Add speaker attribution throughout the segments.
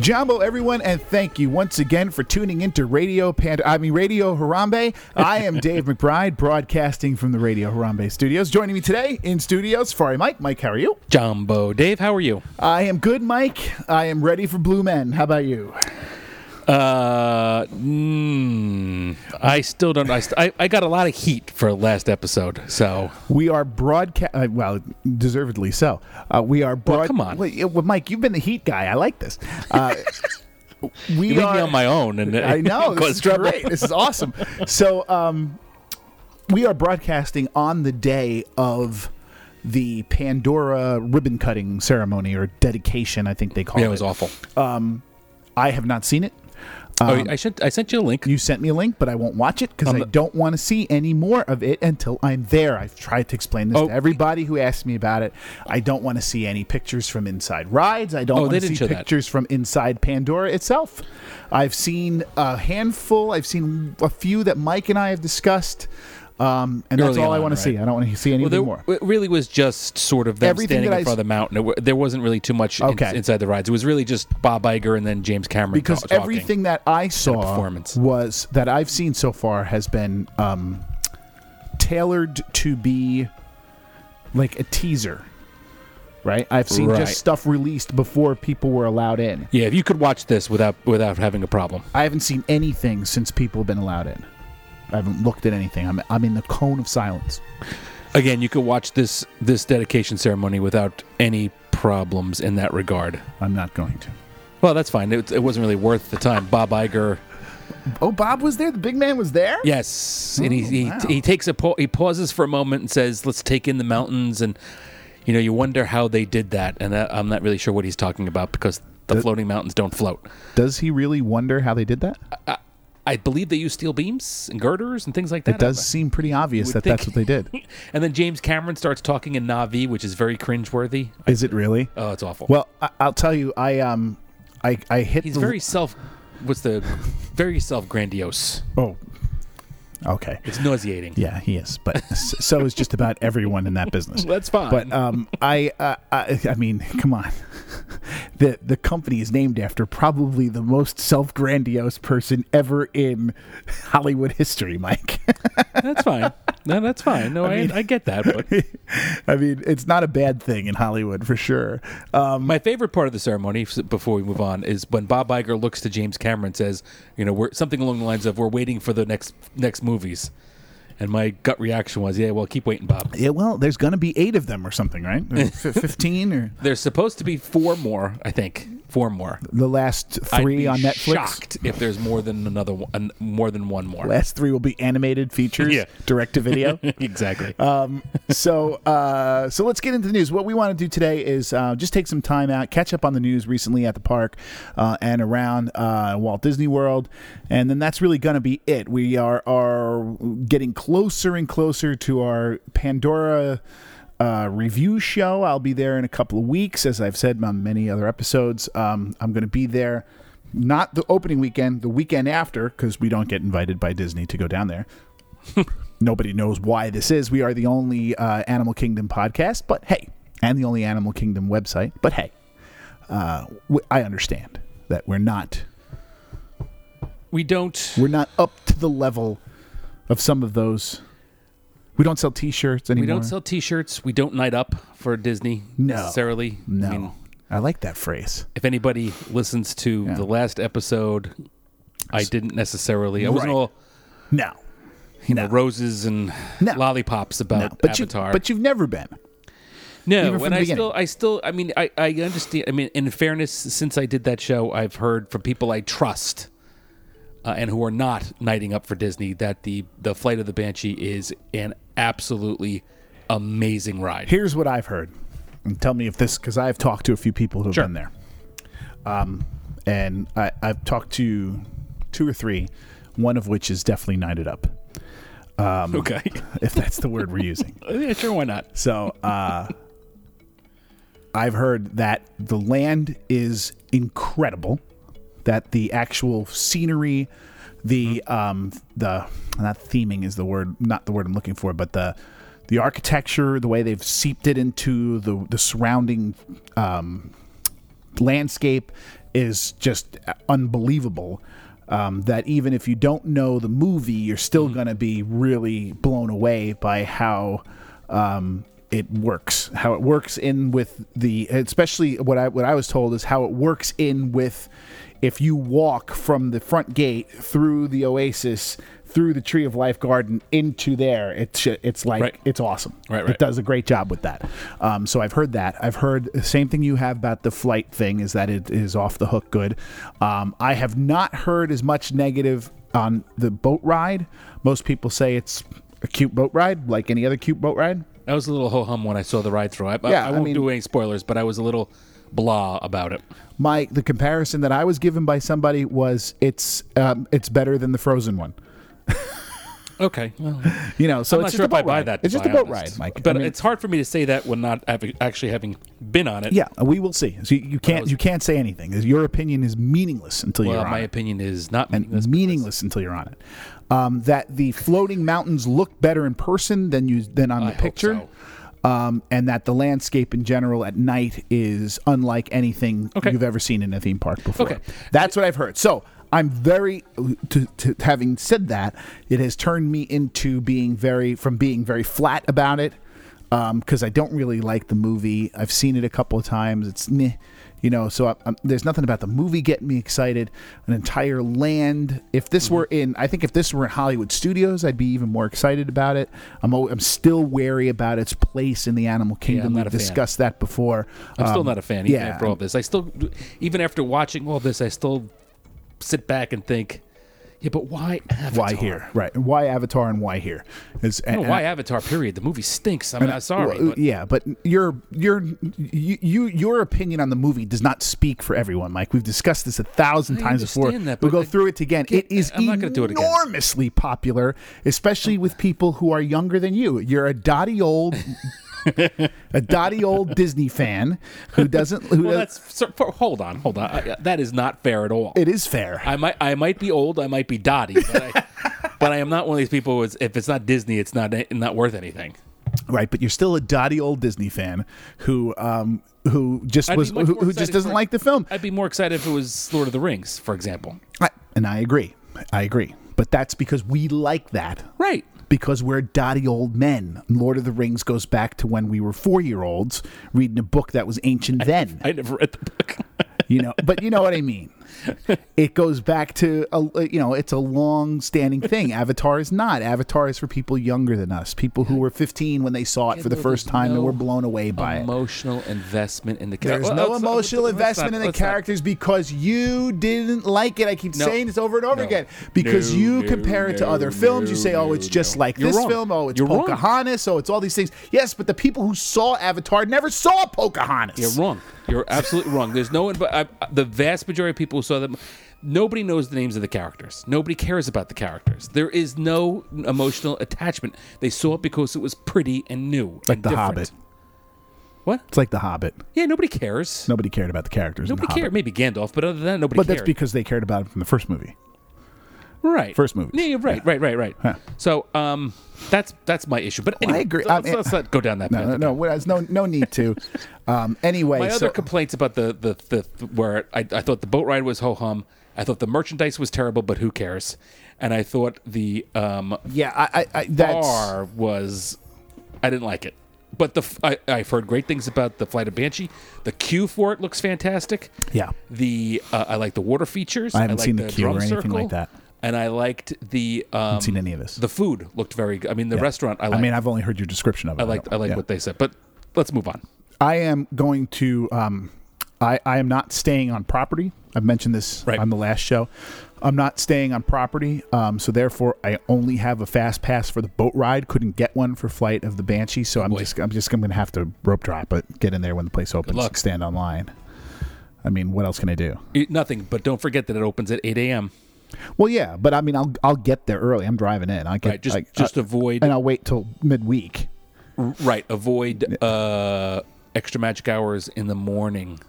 Speaker 1: Jumbo, everyone, and thank you once again for tuning into Radio Panda. I mean, Radio Harambe. I am Dave McBride, broadcasting from the Radio Harambe studios. Joining me today in studios, Fari Mike. Mike, how are you?
Speaker 2: Jumbo. Dave, how are you?
Speaker 1: I am good, Mike. I am ready for Blue Men. How about you?
Speaker 2: Uh, mm, I still don't. I, st- I I got a lot of heat for last episode, so
Speaker 1: We are broadcast. Uh, well, deservedly so. Uh, we are broad.
Speaker 2: come on.
Speaker 1: well, yeah, well, Mike, you've been the heat guy. I like this. Uh, we
Speaker 2: you leave
Speaker 1: are
Speaker 2: me on my own, and
Speaker 1: I know
Speaker 2: it
Speaker 1: this is
Speaker 2: caused trouble.
Speaker 1: great. This is awesome. So, um, we are broadcasting on the day of the Pandora ribbon cutting ceremony or dedication. I think they call
Speaker 2: Yeah,
Speaker 1: it.
Speaker 2: it was awful.
Speaker 1: I have not seen it.
Speaker 2: oh, I should. I sent you a link.
Speaker 1: Um, You sent me a link, but I won't watch it because I don't want to see any more of it until I'm there. I've tried to explain this
Speaker 2: Oh.
Speaker 1: to everybody who asked me about it. I don't want to see any pictures from inside rides. I don't
Speaker 2: Oh,
Speaker 1: want
Speaker 2: they
Speaker 1: to
Speaker 2: didn't
Speaker 1: see
Speaker 2: show that.
Speaker 1: pictures from inside Pandora itself. I've seen a handful. I've seen a few that Mike and I have discussed, um, and that's
Speaker 2: Early
Speaker 1: all I
Speaker 2: on,
Speaker 1: want
Speaker 2: right.
Speaker 1: to see. I don't want to see anything
Speaker 2: Well, there,
Speaker 1: more.
Speaker 2: it really was just sort of them
Speaker 1: Everything
Speaker 2: standing
Speaker 1: that
Speaker 2: in
Speaker 1: I
Speaker 2: front of the mountain. It, wa- there wasn't really too much in-
Speaker 1: Okay.
Speaker 2: inside the rides. It was really just Bob Iger and then James Cameron
Speaker 1: because
Speaker 2: ta- talking.
Speaker 1: everything that I saw
Speaker 2: performance.
Speaker 1: was that I've seen so far has been um, tailored to be like a teaser, right? I've seen
Speaker 2: Right.
Speaker 1: just stuff released before people were allowed in.
Speaker 2: Yeah, if you could watch this without without having a problem.
Speaker 1: I haven't seen anything since people have been allowed in. I haven't looked at anything. I'm I'm in the cone of silence.
Speaker 2: Again, you could watch this this dedication ceremony without any problems in that regard.
Speaker 1: I'm not going to.
Speaker 2: Well, that's fine. It, it wasn't really worth the time. Bob Iger,
Speaker 1: Oh, Bob was there. The big man was there.
Speaker 2: yes, and he
Speaker 1: Oh,
Speaker 2: he,
Speaker 1: wow.
Speaker 2: he takes a pa- he pauses for a moment and says, "Let's take in the mountains." And you know, you wonder how they did that, and I, I'm not really sure what he's talking about because the floating mountains don't float.
Speaker 1: Does he really wonder how they did that?
Speaker 2: I believe they use steel beams and girders and things like that.
Speaker 1: It does seem pretty obvious that
Speaker 2: would
Speaker 1: that's what
Speaker 2: think-
Speaker 1: they did.
Speaker 2: And then James Cameron starts talking in Navi, which is very cringeworthy.
Speaker 1: Is it really?
Speaker 2: Oh, it's awful.
Speaker 1: Well, I, I'll tell you, I um, I I hit.
Speaker 2: he's
Speaker 1: the,
Speaker 2: very self. What's the very self grandiose?
Speaker 1: Oh, okay.
Speaker 2: It's nauseating.
Speaker 1: Yeah, he is. But s- so is just about everyone in that business.
Speaker 2: That's fine.
Speaker 1: But um, I, uh, I, I mean, come on. the The company is named after probably the most self grandiose person ever in Hollywood history, Mike.
Speaker 2: That's fine. No, that's fine. No, I, I, get that. But
Speaker 1: I mean, it's not a bad thing in Hollywood for sure. Um,
Speaker 2: My favorite part of the ceremony, f- before we move on, is when Bob Iger looks to James Cameron and says, "You know, we're something along the lines of we're waiting for the next next movies." And my gut reaction was, "Yeah, well, keep waiting, Bob."
Speaker 1: yeah, well, there's going to be eight of them or something, right? Or f- Fifteen or
Speaker 2: There's supposed to be four more, I think, four more.
Speaker 1: the last
Speaker 2: I'd
Speaker 1: three
Speaker 2: be
Speaker 1: on Netflix.
Speaker 2: Shocked if there's more than another one, an- more than one more.
Speaker 1: Last three will be animated features,
Speaker 2: Yeah.
Speaker 1: direct to video.
Speaker 2: exactly.
Speaker 1: um, so, uh, so let's get into the news. What we want to do today is uh, just take some time out, catch up on the news recently at the park uh, and around uh, Walt Disney World, and then that's really going to be it. We are are getting closer and closer to our Pandora. Uh, review show. I'll be there in a couple of weeks, as I've said on many other episodes. Um, I'm going to be there not the opening weekend, the weekend after, because we don't get invited by Disney to go down there nobody knows why this is. We are the only uh, Animal Kingdom podcast, but hey, and the only Animal Kingdom website, but hey, uh, w- I understand that we're not
Speaker 2: we don't.
Speaker 1: we're not up to the level of some of those We don't sell T-shirts anymore.
Speaker 2: We don't sell T-shirts. We don't night up for Disney
Speaker 1: No.
Speaker 2: necessarily.
Speaker 1: No,
Speaker 2: I mean,
Speaker 1: I like that phrase.
Speaker 2: if anybody listens to the last episode, I didn't necessarily. I wasn't
Speaker 1: Right.
Speaker 2: all
Speaker 1: No,
Speaker 2: you know roses and
Speaker 1: No.
Speaker 2: lollipops
Speaker 1: no.
Speaker 2: about
Speaker 1: But you,
Speaker 2: Avatar.
Speaker 1: but you've never been.
Speaker 2: no,
Speaker 1: even from
Speaker 2: and
Speaker 1: the
Speaker 2: I
Speaker 1: beginning.
Speaker 2: still, I still, I mean, I, I understand. I mean, in fairness, since I did that show, I've heard from people I trust. Uh, and who are not knighting up for Disney? That the the Flight of the Banshee is an absolutely amazing ride.
Speaker 1: Here's what I've heard, and tell me if this because I've talked to a few people who've
Speaker 2: Sure.
Speaker 1: been there, um, and I, I've talked to two or three, one of which is definitely knighted up,
Speaker 2: okay,
Speaker 1: if that's the word we're using.
Speaker 2: yeah, sure, why not?
Speaker 1: So uh, I've heard that the land is incredible, that the actual scenery, the um, the not theming is the word, not the word I'm looking for, but the the architecture, the way they've seeped it into the the surrounding um, landscape is just unbelievable. Um, that even if you don't know the movie, you're still going to be really blown away by how um, it works, how it works in with the, especially what I what I was told is how it works in with if you walk from the front gate through the oasis through the tree of life garden into there it's it's like
Speaker 2: Right.
Speaker 1: it's awesome
Speaker 2: Right,
Speaker 1: it
Speaker 2: right.
Speaker 1: does a great job with that. Um, so I've heard that. I've heard the same thing you have about the flight thing is that it is off the hook good. Um, I have not heard as much negative on the boat ride. Most people say it's a cute boat ride, like any other cute boat ride.
Speaker 2: I was a little ho hum when I saw the ride through. I, I-
Speaker 1: Yeah,
Speaker 2: I
Speaker 1: I
Speaker 2: won't
Speaker 1: mean-
Speaker 2: do any spoilers, but I was a little blah about it.
Speaker 1: My the comparison that I was given by somebody was it's um, it's better than the frozen one.
Speaker 2: Okay, well, I'm
Speaker 1: You know, so
Speaker 2: not
Speaker 1: it's just
Speaker 2: sure
Speaker 1: a
Speaker 2: if I
Speaker 1: boat
Speaker 2: buy
Speaker 1: ride.
Speaker 2: that.
Speaker 1: It's
Speaker 2: to
Speaker 1: just
Speaker 2: be
Speaker 1: a boat ride,
Speaker 2: honest.
Speaker 1: Mike.
Speaker 2: But
Speaker 1: I mean-
Speaker 2: it's hard for me to say that when not having, actually having been on it.
Speaker 1: yeah, we will see. So you, you can't
Speaker 2: was-
Speaker 1: you can't say anything. Your opinion is meaningless until
Speaker 2: Well,
Speaker 1: you're on
Speaker 2: my
Speaker 1: it.
Speaker 2: opinion is not
Speaker 1: and
Speaker 2: meaningless.
Speaker 1: meaningless until you're on it. Um, that the floating mountains look better in person than you than on the
Speaker 2: I hope
Speaker 1: picture, um, and that the landscape in general at night is unlike anything
Speaker 2: Okay.
Speaker 1: you've ever seen in a theme park before.
Speaker 2: Okay.
Speaker 1: that's what I've heard. So I'm very, to, to, having said that, it has turned me into being very from being very flat about it because I don't really like the movie. I've seen it a couple of times. It's meh, you know, so I, I'm, there's nothing about the movie getting me excited. An entire land. If this
Speaker 2: Mm-hmm.
Speaker 1: were in, I think if this were in Hollywood studios, I'd be even more excited about it. I'm al- I'm still wary about its place in the animal kingdom.
Speaker 2: not
Speaker 1: We've
Speaker 2: a fan.
Speaker 1: discussed that before.
Speaker 2: I'm still
Speaker 1: Um,
Speaker 2: not a fan. Even
Speaker 1: yeah,
Speaker 2: after all this, I still, even after watching all this, I still sit back and think, yeah, but why? Avatar?
Speaker 1: why here? Right? Why Avatar and why here? Is and,
Speaker 2: No,
Speaker 1: and
Speaker 2: why
Speaker 1: I-
Speaker 2: Avatar? Period. The movie stinks. I mean, I'm sorry.
Speaker 1: uh, Well,
Speaker 2: but-
Speaker 1: yeah, but your your you, you your opinion on the movie does not speak for everyone, Mike. We've discussed this a thousand
Speaker 2: I
Speaker 1: times before.
Speaker 2: understand that,
Speaker 1: we'll
Speaker 2: but
Speaker 1: go
Speaker 2: I-
Speaker 1: through it again.
Speaker 2: get-
Speaker 1: it is
Speaker 2: I'm not gonna do it again.
Speaker 1: enormously popular, especially with people who are younger than you. You're a dotty old. a dotty old Disney fan who doesn't. Who
Speaker 2: well,
Speaker 1: does-
Speaker 2: that's so, for- hold on, hold on. I, that is not fair at all.
Speaker 1: it is fair.
Speaker 2: I might I might be old, I might be dotty, but I, but I am not one of these people. Who is, if it's not Disney, it's not not worth anything.
Speaker 1: Right, but you're still a dotty old Disney fan who um who just
Speaker 2: I'd be
Speaker 1: was
Speaker 2: much
Speaker 1: who,
Speaker 2: more
Speaker 1: who just
Speaker 2: excited
Speaker 1: doesn't
Speaker 2: for-
Speaker 1: like the film.
Speaker 2: I'd be more excited if it was Lord of the Rings, for example.
Speaker 1: I, and I agree. I agree. But that's because we like that.
Speaker 2: Right.
Speaker 1: Because we're dotty old men. Lord of the Rings goes back to when we were four year olds reading a book that was ancient then.
Speaker 2: I never read the book.
Speaker 1: you know, but you know what I mean. It goes back to a, uh, you know, it's a long standing thing. Avatar is not. Avatar is for people younger than us, people who were 15 when they saw it for the
Speaker 2: There's
Speaker 1: first time and
Speaker 2: no
Speaker 1: were blown away by it.
Speaker 2: emotional investment in the character.
Speaker 1: There's no emotional
Speaker 2: uh,
Speaker 1: investment in the characters because you didn't like it. I keep
Speaker 2: No.
Speaker 1: saying this over and over
Speaker 2: No.
Speaker 1: again. Because
Speaker 2: No,
Speaker 1: you
Speaker 2: no,
Speaker 1: compare it to
Speaker 2: no,
Speaker 1: other films. you
Speaker 2: no,
Speaker 1: say, oh,
Speaker 2: no,
Speaker 1: it's just
Speaker 2: no.
Speaker 1: like
Speaker 2: You're
Speaker 1: this
Speaker 2: wrong.
Speaker 1: film. Oh, it's
Speaker 2: You're wrong.
Speaker 1: Pocahontas. Oh, it's all these things. Yes, but the people who saw Avatar never saw Pocahontas.
Speaker 2: You're wrong. You're absolutely wrong. There's no. Inv- I, I- the vast majority of people who saw them. Nobody knows the names of the characters. Nobody cares about the characters. There is no emotional attachment. They saw it because it was pretty and new.
Speaker 1: Like
Speaker 2: and
Speaker 1: The
Speaker 2: different.
Speaker 1: Hobbit.
Speaker 2: What?
Speaker 1: It's like The Hobbit.
Speaker 2: Yeah, nobody cares.
Speaker 1: Nobody cared about the characters. in
Speaker 2: nobody
Speaker 1: the
Speaker 2: cared.
Speaker 1: Hobbit.
Speaker 2: Maybe Gandalf, but other than that, nobody
Speaker 1: But
Speaker 2: cared.
Speaker 1: that's because they cared about it from the first movie.
Speaker 2: right
Speaker 1: first movies.
Speaker 2: Yeah, you're right, right, right, right.
Speaker 1: Huh.
Speaker 2: So, um, that's that's my issue. But anyway,
Speaker 1: agree. I
Speaker 2: Let's,
Speaker 1: mean-
Speaker 2: let's not go down that
Speaker 1: No,
Speaker 2: path.
Speaker 1: no, no. There's no, no need to. Um, anyway,
Speaker 2: My
Speaker 1: so-
Speaker 2: other complaints about the the, the where I, I thought the boat ride was ho hum. I thought the merchandise was terrible, but who cares? and I thought the um,
Speaker 1: Yeah, I, I, I that's
Speaker 2: bar was I didn't like it. But the f- I, have heard great things about the Flight of Banshee. The queue for it looks fantastic.
Speaker 1: Yeah.
Speaker 2: The uh, I like the water features.
Speaker 1: I haven't
Speaker 2: like
Speaker 1: seen the queue
Speaker 2: drum
Speaker 1: or anything like
Speaker 2: circle.
Speaker 1: that.
Speaker 2: And I liked the. Um, I haven't
Speaker 1: seen any of this.
Speaker 2: The food looked very. good. I mean, the restaurant. I,
Speaker 1: I
Speaker 2: liked.
Speaker 1: mean, I've only heard your description of it.
Speaker 2: I like I like
Speaker 1: yeah.
Speaker 2: what they said. But let's move on.
Speaker 1: I am going to. Um, I, I am not staying on property. I've mentioned this
Speaker 2: Right.
Speaker 1: on the last show. I'm not staying on property, um, so therefore I only have a fast pass for the boat ride. Couldn't get one for Flight of the Banshee, so I'm
Speaker 2: boy.
Speaker 1: just I'm just going to have to rope drop it, get in there when the place opens,
Speaker 2: luck.
Speaker 1: stand online. I mean, what else can I do?
Speaker 2: It- E, nothing, but don't forget that it opens at 8 a.m.
Speaker 1: Well, yeah, but I mean, I'll I'll get there early. I'm driving in. I get
Speaker 2: Right, just-
Speaker 1: I-
Speaker 2: just
Speaker 1: uh, I-
Speaker 2: avoid-
Speaker 1: and I'll wait till midweek.
Speaker 2: Right. Avoid uh, extra magic hours in the morning.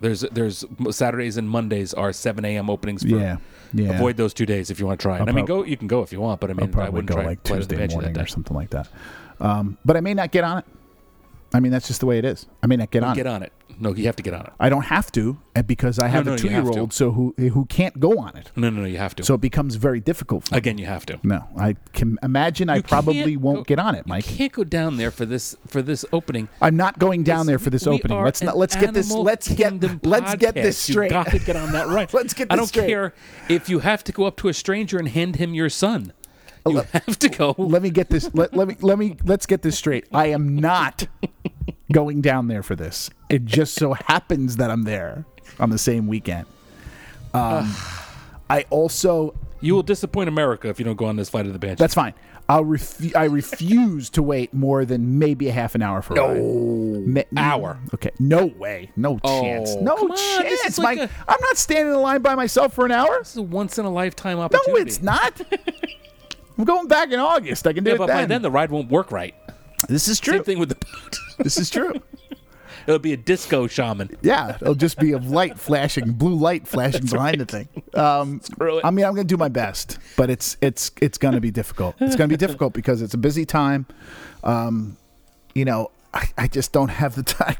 Speaker 2: There's there's Saturdays and Mondays are 7 a.m. openings. For,
Speaker 1: Yeah, yeah.
Speaker 2: Avoid those two days if you want to try. it. I mean, go. You can go if you want, but I mean, I
Speaker 1: probably
Speaker 2: wouldn't
Speaker 1: go
Speaker 2: try
Speaker 1: like
Speaker 2: Flight of the
Speaker 1: Tuesday
Speaker 2: Banshee that
Speaker 1: morning or
Speaker 2: day.
Speaker 1: something like that. Um, but I may not get on it. I mean, that's just the way it is. I may not get on
Speaker 2: Get
Speaker 1: it.
Speaker 2: on it. No, you have to get on it.
Speaker 1: I don't have to eh, because I have
Speaker 2: no,
Speaker 1: a
Speaker 2: you
Speaker 1: two
Speaker 2: have
Speaker 1: year
Speaker 2: to.
Speaker 1: old so who who can't go on it.
Speaker 2: No, no, no. You have to.
Speaker 1: So it becomes very difficult. For me.
Speaker 2: again, you have to.
Speaker 1: No, I can imagine I
Speaker 2: You
Speaker 1: probably
Speaker 2: can't
Speaker 1: won't
Speaker 2: go-
Speaker 1: get on it, Mike.
Speaker 2: You can't go down there for this for this opening.
Speaker 1: I'm not going down there for this
Speaker 2: We
Speaker 1: opening.
Speaker 2: are
Speaker 1: Let's not.
Speaker 2: an
Speaker 1: Let's get this.
Speaker 2: Animal
Speaker 1: Let's get.
Speaker 2: Kingdom
Speaker 1: Let's get this
Speaker 2: podcast. You
Speaker 1: straight.
Speaker 2: got to get on that right.
Speaker 1: Let's get
Speaker 2: I
Speaker 1: this
Speaker 2: don't
Speaker 1: straight.
Speaker 2: care if you have to go up to a stranger and hand him your son.
Speaker 1: Oh,
Speaker 2: You
Speaker 1: uh,
Speaker 2: have to go.
Speaker 1: let me get this let, let me let me let's get this straight i am not going down there for this it just so happens that i'm there on the same weekend um, i also
Speaker 2: You will disappoint America if you don't go on this flight of the Banshee.
Speaker 1: that's fine i'll ref- i refuse to wait more than maybe a half an hour for no
Speaker 2: Hour.
Speaker 1: okay no way no chance no
Speaker 2: Oh, come on, this
Speaker 1: chance
Speaker 2: is like
Speaker 1: mike
Speaker 2: a-
Speaker 1: i'm not standing in line by myself for an hour
Speaker 2: This is a once in a lifetime
Speaker 1: no
Speaker 2: opportunity.
Speaker 1: it's not i'm going back in august i can do
Speaker 2: Yeah,
Speaker 1: it
Speaker 2: but by
Speaker 1: then.
Speaker 2: then the ride won't work right.
Speaker 1: this is true
Speaker 2: Same thing with the boat.
Speaker 1: this is true
Speaker 2: It'll be a disco shaman.
Speaker 1: Yeah, it'll just be of light flashing, blue light flashing behind the thing. Um,
Speaker 2: Screw it.
Speaker 1: I mean, I'm going to do my best, but it's it's it's going to be difficult. It's going to be difficult because it's a busy time. Um, you know, I, I just don't have the time.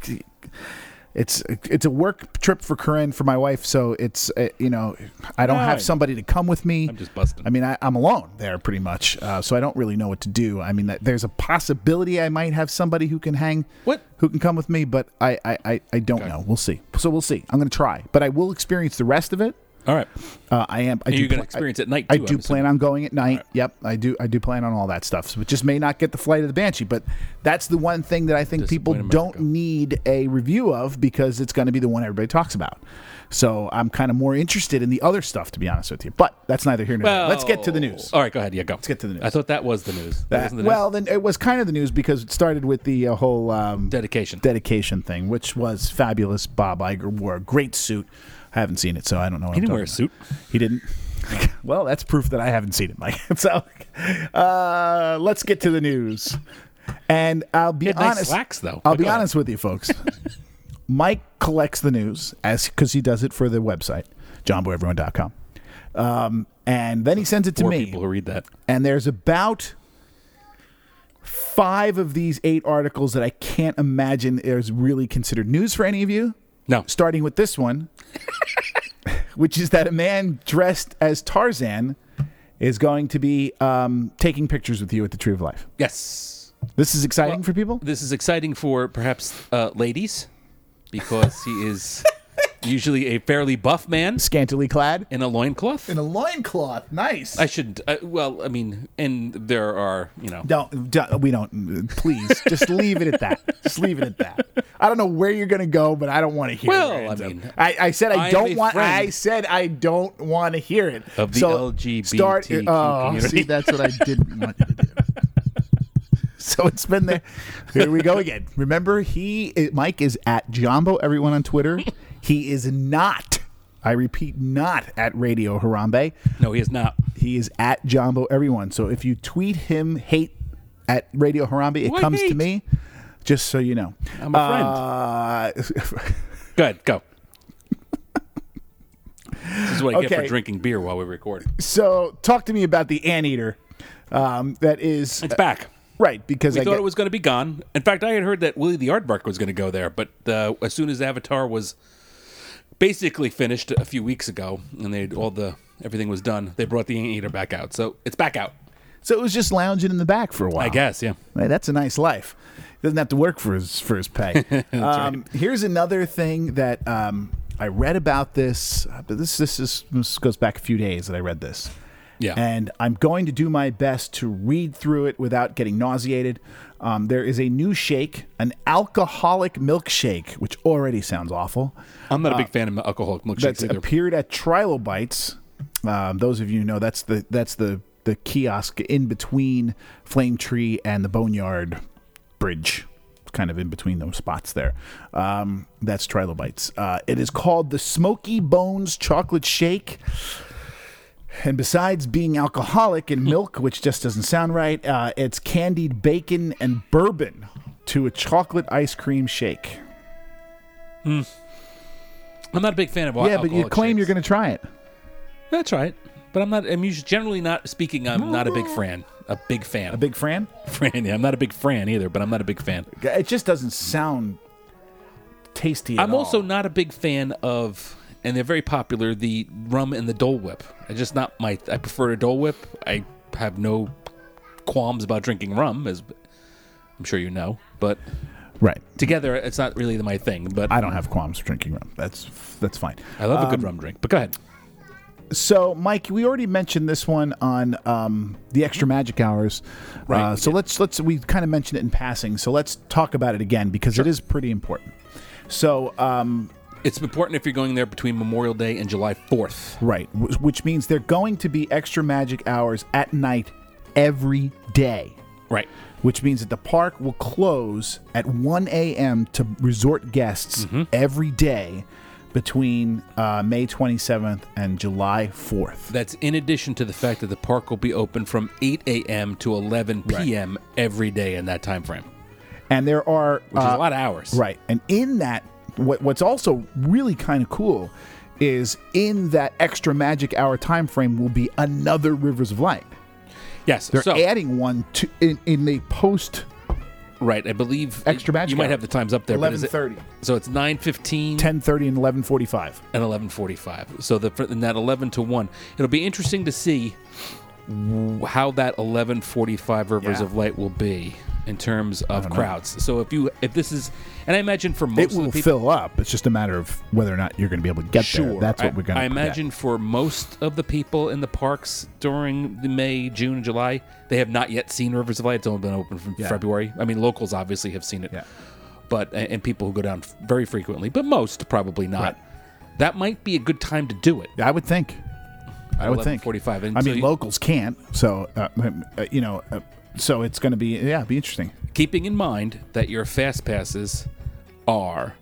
Speaker 1: It's it's a work trip for Corinne for my wife, so it's uh, you know I don't have
Speaker 2: Right.
Speaker 1: somebody to come with me.
Speaker 2: I'm just busting.
Speaker 1: I mean, I, I'm alone there pretty much, uh, so I don't really know what to do. I mean, that, there's a possibility I might have somebody who can hang,
Speaker 2: What?
Speaker 1: who can come with me, but I, I, I, I don't know. We'll see. So we'll see. I'm going to try, but I will experience the rest of it.
Speaker 2: All right.
Speaker 1: Uh, I am. I
Speaker 2: And
Speaker 1: do
Speaker 2: you're going
Speaker 1: pla-
Speaker 2: to experience at night
Speaker 1: I,
Speaker 2: too.
Speaker 1: I
Speaker 2: I'm
Speaker 1: do
Speaker 2: assuming.
Speaker 1: plan on going at night. Yep, I do. I do plan on all that stuff. So, it just may not get the flight of the banshee, but that's the one thing that I think people
Speaker 2: Disappoint
Speaker 1: don't
Speaker 2: America.
Speaker 1: need a review of because it's going to be the one everybody talks about. So I'm kind of more interested in the other stuff, to be honest with you. But that's neither here nor there. Let's get to the
Speaker 2: Well,
Speaker 1: news.
Speaker 2: All right, go ahead. Yeah, go. Let's
Speaker 1: get to the news.
Speaker 2: I thought that was the news. That,
Speaker 1: That-
Speaker 2: wasn't the news.
Speaker 1: well, then it was kind of the news because it started with the uh, whole um,
Speaker 2: dedication.
Speaker 1: dedication thing, which was fabulous. Bob Iger wore a great suit. I haven't seen it, so I don't know. What
Speaker 2: He
Speaker 1: I'm
Speaker 2: didn't wear a
Speaker 1: talking
Speaker 2: suit.
Speaker 1: about. He didn't. well, that's proof that I haven't seen it, Mike. so uh, let's get to the news. And I'll be
Speaker 2: He had nice
Speaker 1: honest.
Speaker 2: slacks, though.
Speaker 1: I'll be
Speaker 2: But go ahead.
Speaker 1: honest with you, folks. Mike collects the news as because he does it for the website, johnboyeveryone.com. Um, and then he sends it to
Speaker 2: More
Speaker 1: me
Speaker 2: people who read that.
Speaker 1: and there's about five of these eight articles that I can't imagine is really considered news for any of you.
Speaker 2: No.
Speaker 1: Starting with this one, which is that a man dressed as Tarzan is going to be um, taking pictures with you at the Tree of Life.
Speaker 2: Yes.
Speaker 1: This is exciting for people.
Speaker 2: This is exciting for perhaps uh, ladies because he is usually a fairly buff man
Speaker 1: Scantily clad
Speaker 2: in a loincloth.
Speaker 1: in a loincloth. Nice.
Speaker 2: I shouldn't. Uh, well, I mean, and there are, you know.
Speaker 1: don't, don't we don't please just leave it at that just leave it at that i don't know where you're gonna go but i don't want to hear
Speaker 2: Well,
Speaker 1: where it
Speaker 2: I
Speaker 1: ends up.
Speaker 2: mean,
Speaker 1: I, I said i,
Speaker 2: I am
Speaker 1: don't
Speaker 2: a
Speaker 1: want
Speaker 2: friend
Speaker 1: i said i don't want to hear it
Speaker 2: of the LGBTQ
Speaker 1: start oh
Speaker 2: community.
Speaker 1: see that's what i didn't want you to do so it's been there here we go again remember he uh, mike is at jumbo everyone on twitter he is not i repeat not at radio harambe
Speaker 2: No, he is not.
Speaker 1: he is at Jumbo Everyone. So if you tweet him hate at Radio Harambe, it
Speaker 2: Why
Speaker 1: comes to
Speaker 2: hate?
Speaker 1: me. Just so you know,
Speaker 2: I'm
Speaker 1: Uh,
Speaker 2: a
Speaker 1: friend.
Speaker 2: Go ahead, go. this is what I get
Speaker 1: Okay.
Speaker 2: for drinking beer while we record.
Speaker 1: so talk to me about the anteater. Um, that is
Speaker 2: It's back.
Speaker 1: right because
Speaker 2: We
Speaker 1: I
Speaker 2: thought
Speaker 1: get-
Speaker 2: it was going to be gone. In fact, I had heard that Willie the Aardvark was going to go there, but uh, as soon as Avatar was basically finished a few weeks ago, and they all the everything was done, they brought the anteater back out. So it's back out.
Speaker 1: So it was just lounging in the back for a while.
Speaker 2: I guess, yeah.
Speaker 1: Hey, that's a nice life. He doesn't have to work for his for his pay. um, Here's another thing that um, I read about this. uh, This this is this goes back a few days that I read this.
Speaker 2: Yeah.
Speaker 1: And I'm going to do my best to read through it without getting nauseated. Um, there is a new shake, an alcoholic milkshake, which already sounds awful
Speaker 2: I'm not a big fan of alcoholic milkshakes
Speaker 1: Ah. that's
Speaker 2: either.
Speaker 1: appeared at Trilobites. Um, those of you who know that's the that's the the kiosk in between Flame Tree and the Boneyard Bridge, kind of in between those spots there. Um, that's Trilobites. Uh, it is called the Smoky Bones Chocolate Shake. And besides being alcoholic and milk, which just doesn't sound right, uh, it's candied bacon and bourbon to a chocolate ice cream shake.
Speaker 2: I'm not a big fan of
Speaker 1: yeah, but you claim you're going to try it.
Speaker 2: to. That's right. But I'm not. I'm usually generally not speaking. I'm not a big fan. A big fan.
Speaker 1: A big Fran?
Speaker 2: fan. Yeah, I'm not a big fan either. But I'm not a big fan.
Speaker 1: It just doesn't sound tasty. At
Speaker 2: I'm also
Speaker 1: all.
Speaker 2: not a big fan of, and they're very popular, the rum and the Dole Whip. It's just not my. I prefer a Dole Whip. I have no qualms about drinking rum, as I'm sure you know. But
Speaker 1: right.
Speaker 2: together, it's not really my thing. But
Speaker 1: I don't have qualms for drinking rum. That's that's fine.
Speaker 2: I love a good rum drink. But go ahead.
Speaker 1: So, Mike, we already mentioned this one on um, the extra magic hours,
Speaker 2: Right,
Speaker 1: Uh,
Speaker 2: we
Speaker 1: so let's let's we kind of mentioned it in passing. So let's talk about it again because it is pretty important. So, um,
Speaker 2: It's important if you're going there between Memorial Day and July 4th.
Speaker 1: right, wh- which means they're going to be extra magic hours at night every day.
Speaker 2: Right.
Speaker 1: which means that the park will close at 1 a.m. to resort guests
Speaker 2: Mm-hmm.
Speaker 1: every day between uh, May 27th and July 4th.
Speaker 2: That's in addition to the fact that the park will be open from 8 a.m. to 11 p.m. every day in that time frame,
Speaker 1: And there are
Speaker 2: which is
Speaker 1: uh,
Speaker 2: a lot of hours.
Speaker 1: right, and in that, what, what's also really kind of cool is in that extra magic hour time frame will be another Rivers of Light.
Speaker 2: Yes.
Speaker 1: They're
Speaker 2: so,
Speaker 1: adding one to in, in the post
Speaker 2: Right, I believe
Speaker 1: Extra magic
Speaker 2: You might
Speaker 1: hour.
Speaker 2: have the times up there. but is it-
Speaker 1: 11:30.
Speaker 2: So it's 9:15
Speaker 1: 10:30 and 11:45.
Speaker 2: and 11:45. So the in that 11 to 1, it'll be interesting to see w- how that 11:45 Rivers
Speaker 1: Yeah.
Speaker 2: of Light will be in terms of crowds. So if you if this is and I imagine for most
Speaker 1: It
Speaker 2: of the
Speaker 1: will
Speaker 2: people
Speaker 1: fill up. It's just a matter of whether or not you're going to be able to get there. That's what
Speaker 2: I,
Speaker 1: we're going to
Speaker 2: I imagine for most of the people in the parks during the May, June, and July, they have not yet seen Rivers of Light. It's only been open from
Speaker 1: Yeah.
Speaker 2: February. I mean, locals obviously have seen it,
Speaker 1: Yeah.
Speaker 2: but and and people who go down f- very frequently, but most probably not. That might be a good time to do it.
Speaker 1: I would think. I would think.
Speaker 2: 11:45, and
Speaker 1: I
Speaker 2: so
Speaker 1: mean,
Speaker 2: you-
Speaker 1: locals can't. So, uh, um, uh, you know, uh, so it's going to be, yeah, it'd be interesting.
Speaker 2: Keeping in mind that your fast passes are.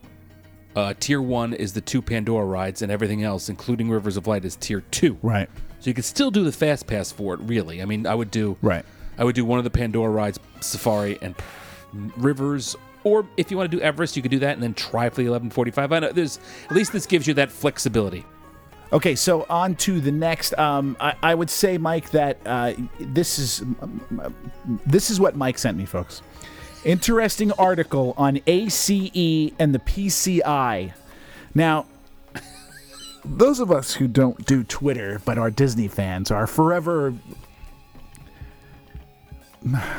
Speaker 2: Uh, tier one is the two Pandora rides, and everything else, including Rivers of Light, is tier two.
Speaker 1: Right.
Speaker 2: So you could still do the fast pass for it, really. I mean, I would do
Speaker 1: Right.
Speaker 2: I would do one of the Pandora rides, Safari and Rivers, or if you want to do Everest, you could do that and then try for the 11:45. I know there's at least this gives you that flexibility.
Speaker 1: Okay, so on to the next. Um, I, I would say, Mike, that uh, this is um, this is what Mike sent me, folks. Interesting article on ACE and the PCI. Now, those of us who don't do Twitter but are Disney fans are forever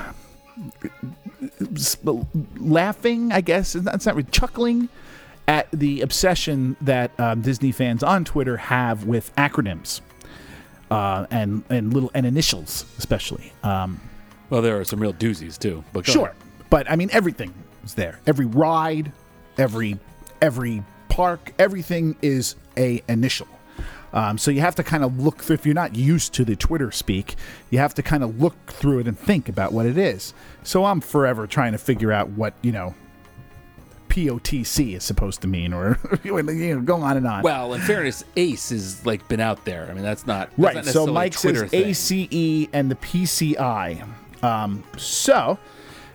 Speaker 1: laughing, I guess. It's not, it's not really chuckling at the obsession that um, Disney fans on Twitter have with acronyms uh, and and little and initials, especially. Um,
Speaker 2: Well, there are some real doozies too. But go
Speaker 1: sure,
Speaker 2: ahead.
Speaker 1: but I mean everything is there. Every ride, every every park, everything is a initial. Um, so you have to kind of look through, if you're not used to the Twitter speak, you have to kind of look through it and think about what it is. So I'm forever trying to figure out what you know. POTC is supposed to mean, or you know, go on and on.
Speaker 2: Well, in fairness, Ace has like been out there. I mean, that's not that's
Speaker 1: Right.
Speaker 2: Not
Speaker 1: So
Speaker 2: necessarily a
Speaker 1: Mike
Speaker 2: Twitter
Speaker 1: says
Speaker 2: thing.
Speaker 1: ACE and the PCI. Um, so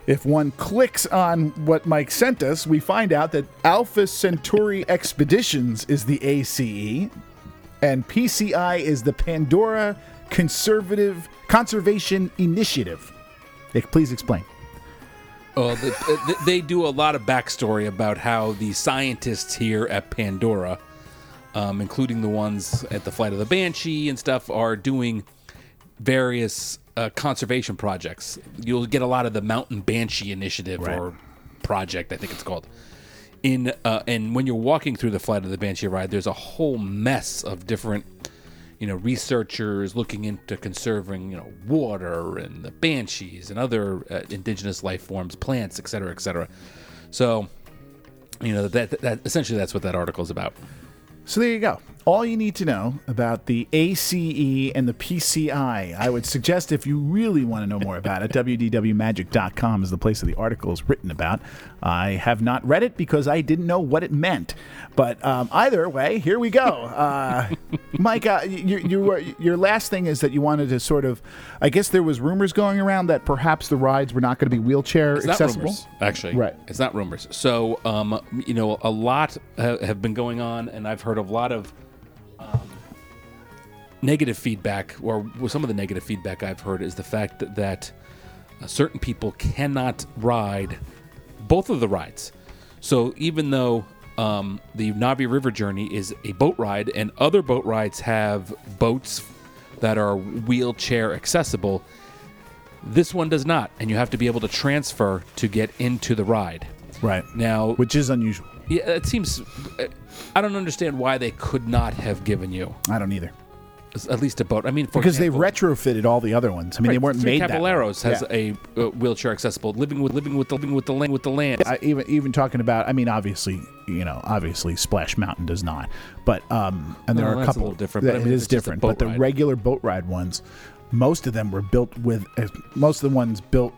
Speaker 1: if one clicks on what Mike sent us, we find out that Alpha Centauri Expeditions is the ACE, and PCI is the Pandora Conservative Conservation Initiative. Eh, Please explain.
Speaker 2: Well, the, uh, th- they do a lot of backstory about how the scientists here at Pandora um, including the ones at the Flight of the Banshee and stuff, are doing various uh, conservation projects. You'll get a lot of the Mountain Banshee Initiative
Speaker 1: Right.
Speaker 2: or project, I think it's called. In uh, and when you're walking through the Flight of the Banshee ride, there's a whole mess of different, you know, researchers looking into conserving, you know, water and the banshees and other uh, indigenous life forms, plants, et cetera, et Cetera. So, you know, that, that essentially that's what that article is about.
Speaker 1: So there you go. All you need to know about the ACE and the PCI. I would suggest if you really want to know more about it, wdwmagic.com is the place of the articles written about. I have not read it because I didn't know what it meant. But um, either way, here we go. Uh, Mike, uh, you, you were, your last thing is that you wanted to sort of, I guess there was rumors going around that perhaps the rides were not going to be wheelchair
Speaker 2: It's not
Speaker 1: accessible.
Speaker 2: rumors, actually.
Speaker 1: Right.
Speaker 2: It's not rumors. So, um, you know, a lot ha- have been going on, and I've heard a lot of um, negative feedback, or some of the negative feedback I've heard is the fact that, that uh, certain people cannot ride both of the rides. So, even though um, the Navi River Journey is a boat ride, and other boat rides have boats that are wheelchair accessible, this one does not, and you have to be able to transfer to get into the ride.
Speaker 1: Right.
Speaker 2: Now,
Speaker 1: Which is unusual.
Speaker 2: yeah, it seems uh, I don't understand why they could not have given you
Speaker 1: I don't either.
Speaker 2: at least a boat. I mean, for
Speaker 1: Because they
Speaker 2: example,
Speaker 1: retrofitted all the other ones. I mean, they weren't
Speaker 2: Three
Speaker 1: made that way.
Speaker 2: Caballeros has
Speaker 1: Yeah.
Speaker 2: a uh, wheelchair accessible living with living with living with the land with the land.
Speaker 1: I, even even talking about, I mean, obviously, you know, obviously, Splash Mountain does not, but um, and there
Speaker 2: No,
Speaker 1: are a
Speaker 2: Oh, that's a
Speaker 1: couple
Speaker 2: little different, but
Speaker 1: that
Speaker 2: I mean,
Speaker 1: it
Speaker 2: if
Speaker 1: is
Speaker 2: it's just a
Speaker 1: different,
Speaker 2: boat
Speaker 1: but the
Speaker 2: ride.
Speaker 1: regular boat ride ones, most of them were built with, uh, most of the ones built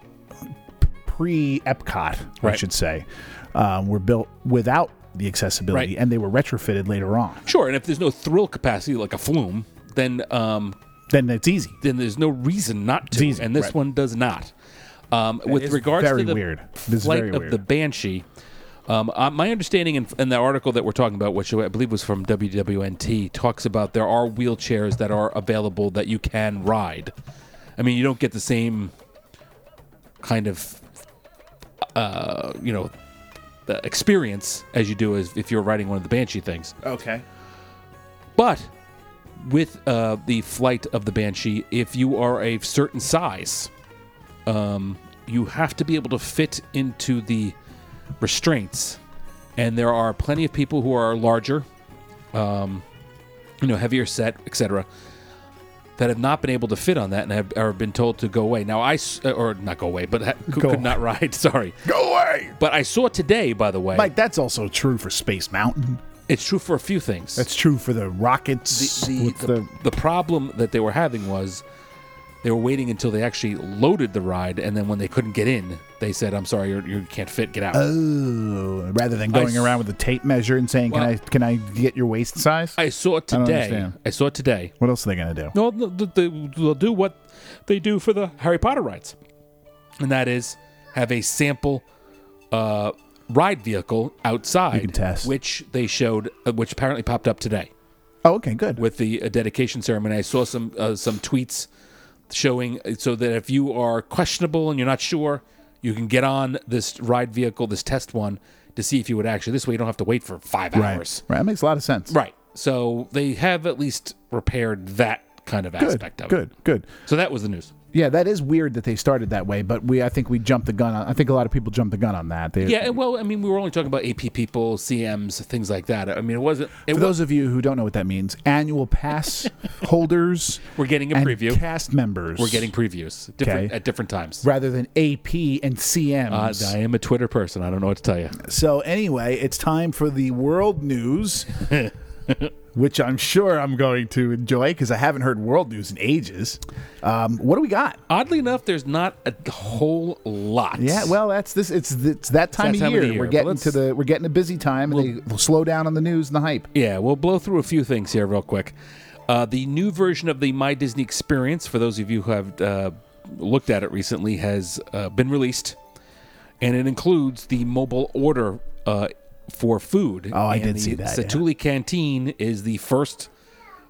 Speaker 1: pre Epcot, I
Speaker 2: Right.
Speaker 1: should say, um, were built without the accessibility,
Speaker 2: Right.
Speaker 1: and they were retrofitted later on.
Speaker 2: Sure, and if there's no thrill capacity like a flume, then um,
Speaker 1: Then it's easy.
Speaker 2: then there's no reason not to.
Speaker 1: easy,
Speaker 2: and this
Speaker 1: right.
Speaker 2: one does not. Um, with
Speaker 1: is
Speaker 2: regards
Speaker 1: very
Speaker 2: to the
Speaker 1: weird. This is
Speaker 2: flight
Speaker 1: very
Speaker 2: of
Speaker 1: weird.
Speaker 2: the Banshee, um, uh, my understanding in, in the article that we're talking about, which I believe was from WWNT, talks about there are wheelchairs that are available that you can ride. I mean, you don't get the same kind of, uh, you know, uh, experience as you do as if you're riding one of the Banshee things.
Speaker 1: Okay.
Speaker 2: But with uh, the flight of the Banshee, if you are a certain size, um, you have to be able to fit into the restraints. And there are plenty of people who are larger, um, you know, heavier set, etc., that have not been able to fit on that and have are been told to go away. Now I s- uh, or not go away, but ha- could,
Speaker 1: Go
Speaker 2: could
Speaker 1: away.
Speaker 2: not ride. Sorry,
Speaker 1: Go away,
Speaker 2: but I saw today, by the way,
Speaker 1: Mike. That's also true for Space Mountain.
Speaker 2: it's true for a few things.
Speaker 1: That's true for the rockets.
Speaker 2: the,
Speaker 1: with
Speaker 2: the, the, the problem that they were having was they were waiting until they actually loaded the ride, and then when they couldn't get in, they said, "I'm sorry, you're, you can't fit. Get out."
Speaker 1: Uh, Ooh, rather than going
Speaker 2: s-
Speaker 1: around with a tape measure and saying,
Speaker 2: Well-
Speaker 1: "Can I can I get your waist size?"
Speaker 2: I saw it today.
Speaker 1: understand.
Speaker 2: I, saw it today.
Speaker 1: what else are they gonna do?
Speaker 2: No, th- th- they, they'll do what they do for the Harry Potter rides, and that is have a sample uh, ride vehicle outside,
Speaker 1: test.
Speaker 2: which they showed, uh, which apparently popped up today.
Speaker 1: Oh, okay, good.
Speaker 2: with the uh, dedication ceremony. I saw some uh, some tweets showing uh, so that if you are questionable and you're not sure, you can get on this ride vehicle, this test one, to see if you would actually. This way, you don't have to wait for five
Speaker 1: right,
Speaker 2: hours.
Speaker 1: right. That makes a lot of sense.
Speaker 2: Right. So they have at least repaired that kind of
Speaker 1: Good.
Speaker 2: aspect of it.
Speaker 1: Good. Good.
Speaker 2: So that was the news.
Speaker 1: Yeah, that is weird that they started that way, but we I think we jumped the gun. On, I think a lot of people jumped the gun on that. They,
Speaker 2: Yeah. and Well, I mean, we were only talking about AP people, CMs, things like that. I mean, it wasn't. It
Speaker 1: For
Speaker 2: was,
Speaker 1: those of you who don't know what that means, annual pass holders.
Speaker 2: We're getting a
Speaker 1: and
Speaker 2: preview.
Speaker 1: Cast members.
Speaker 2: we're getting previews different,
Speaker 1: Okay.
Speaker 2: at different times.
Speaker 1: rather than AP and
Speaker 2: Uh,
Speaker 1: CMs.
Speaker 2: I am a Twitter person. I don't know what to tell you.
Speaker 1: So anyway, it's time for the world news, which I'm sure I'm going to enjoy because I haven't heard world news in ages. Um, what do we got?
Speaker 2: Oddly enough, there's not a whole lot.
Speaker 1: Yeah, well, that's this. It's it's that time,
Speaker 2: that
Speaker 1: of,
Speaker 2: time
Speaker 1: year.
Speaker 2: of the year,
Speaker 1: We're
Speaker 2: but
Speaker 1: getting
Speaker 2: let's-
Speaker 1: to the we're getting a busy time, and they will slow down on the news and the hype.
Speaker 2: yeah, we'll blow through a few things here real quick. Uh, the new version of the My Disney Experience, for those of you who have uh, looked at it recently, has uh, been released, and it includes the mobile order uh, for food.
Speaker 1: Oh, I
Speaker 2: And
Speaker 1: did
Speaker 2: the
Speaker 1: see that, yeah.
Speaker 2: Satuli Canteen is the first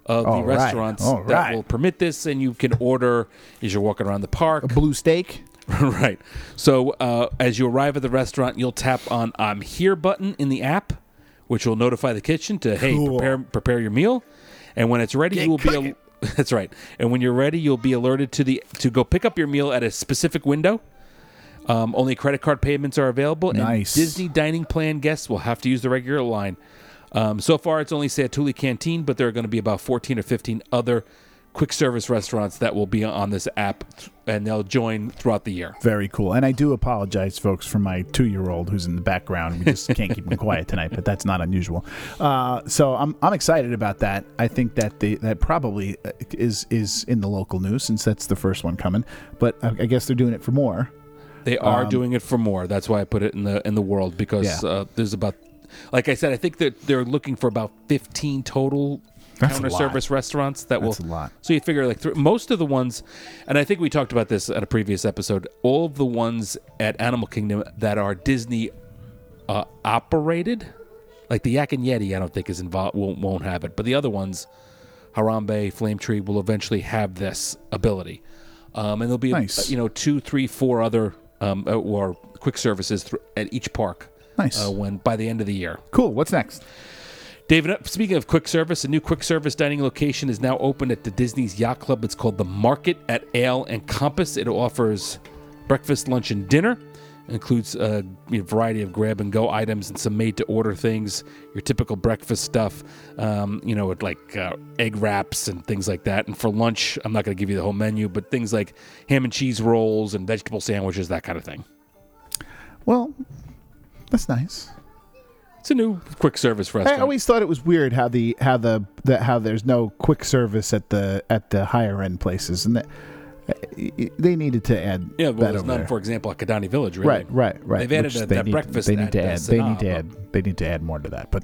Speaker 2: of the
Speaker 1: All right,
Speaker 2: restaurants
Speaker 1: all
Speaker 2: that
Speaker 1: right.
Speaker 2: will permit this, and you can order as you're walking around the park.
Speaker 1: Blue steak.
Speaker 2: right. um, So uh, as you arrive at the restaurant, you'll tap on "I'm here" button in the app, which will notify the kitchen to hey
Speaker 1: Cool.
Speaker 2: prepare prepare your meal, and when it's ready,
Speaker 1: Get
Speaker 2: you will be.
Speaker 1: cooking.
Speaker 2: Al- that's right. And when you're ready, you'll be alerted to the to go pick up your meal at a specific window. Um, only credit card payments are available.
Speaker 1: Nice.
Speaker 2: And Disney dining plan guests will have to use the regular line. Um, so far, it's only Satuli Canteen, but there are going to be about 14 or 15 other quick service restaurants that will be on this app, and they'll join throughout the year.
Speaker 1: Very cool. And I do apologize, folks, for my two year old who's in the background. We just can't keep him quiet tonight, but that's not unusual. Uh, so I'm, I'm excited about that. I think that the that probably uh, is is in the local news since that's the first one coming. But I, I guess they're doing it for more.
Speaker 2: They are doing it for more. That's why I put it in the in the world because
Speaker 1: Um, Yeah.
Speaker 2: uh, there's about, like I said, I think that they're looking for about 15 total
Speaker 1: That's a
Speaker 2: counter
Speaker 1: lot.
Speaker 2: service restaurants that
Speaker 1: That's
Speaker 2: will.
Speaker 1: a lot.
Speaker 2: So you figure like th- most of the ones, and I think we talked about this at a previous episode. All of the ones at Animal Kingdom that are Disney uh, operated, like the Yak and Yeti, I don't think is involved. Won't, won't have it, but the other ones, Harambe, Flame Tree, will eventually have this ability, um, and there'll be
Speaker 1: Nice.
Speaker 2: you know two, three, four other um, uh, or quick services thr at each park.
Speaker 1: Nice.
Speaker 2: Uh, when by the end of the year,
Speaker 1: Cool. What's next?
Speaker 2: David, uh, speaking of quick service, a new quick service dining location is now open at the Disney's Yacht Club. It's called the Market at Ale and Compass. It offers breakfast, lunch, and dinner. It includes uh, a you know, variety of grab and go items and some made to order things, your typical breakfast stuff, um, you know, with like uh, egg wraps and things like that. And for lunch, I'm not going to give you the whole menu, but things like ham and cheese rolls and vegetable sandwiches, that kind of thing.
Speaker 1: Well, that's nice.
Speaker 2: It's a new quick service
Speaker 1: I
Speaker 2: restaurant.
Speaker 1: always thought it was weird how the how the, the how there's no quick service at the at the higher end places, and that, uh, they needed to add
Speaker 2: Yeah,
Speaker 1: that
Speaker 2: well, there's
Speaker 1: over
Speaker 2: none,
Speaker 1: there.
Speaker 2: for example, at Kadani Village, really.
Speaker 1: Right, right, right.
Speaker 2: They've added
Speaker 1: which
Speaker 2: a,
Speaker 1: they
Speaker 2: that
Speaker 1: need-
Speaker 2: breakfast. uh,
Speaker 1: They need
Speaker 2: at
Speaker 1: to
Speaker 2: the
Speaker 1: add. They
Speaker 2: Sanaa,
Speaker 1: need to
Speaker 2: but-
Speaker 1: add. They need to add more to that. But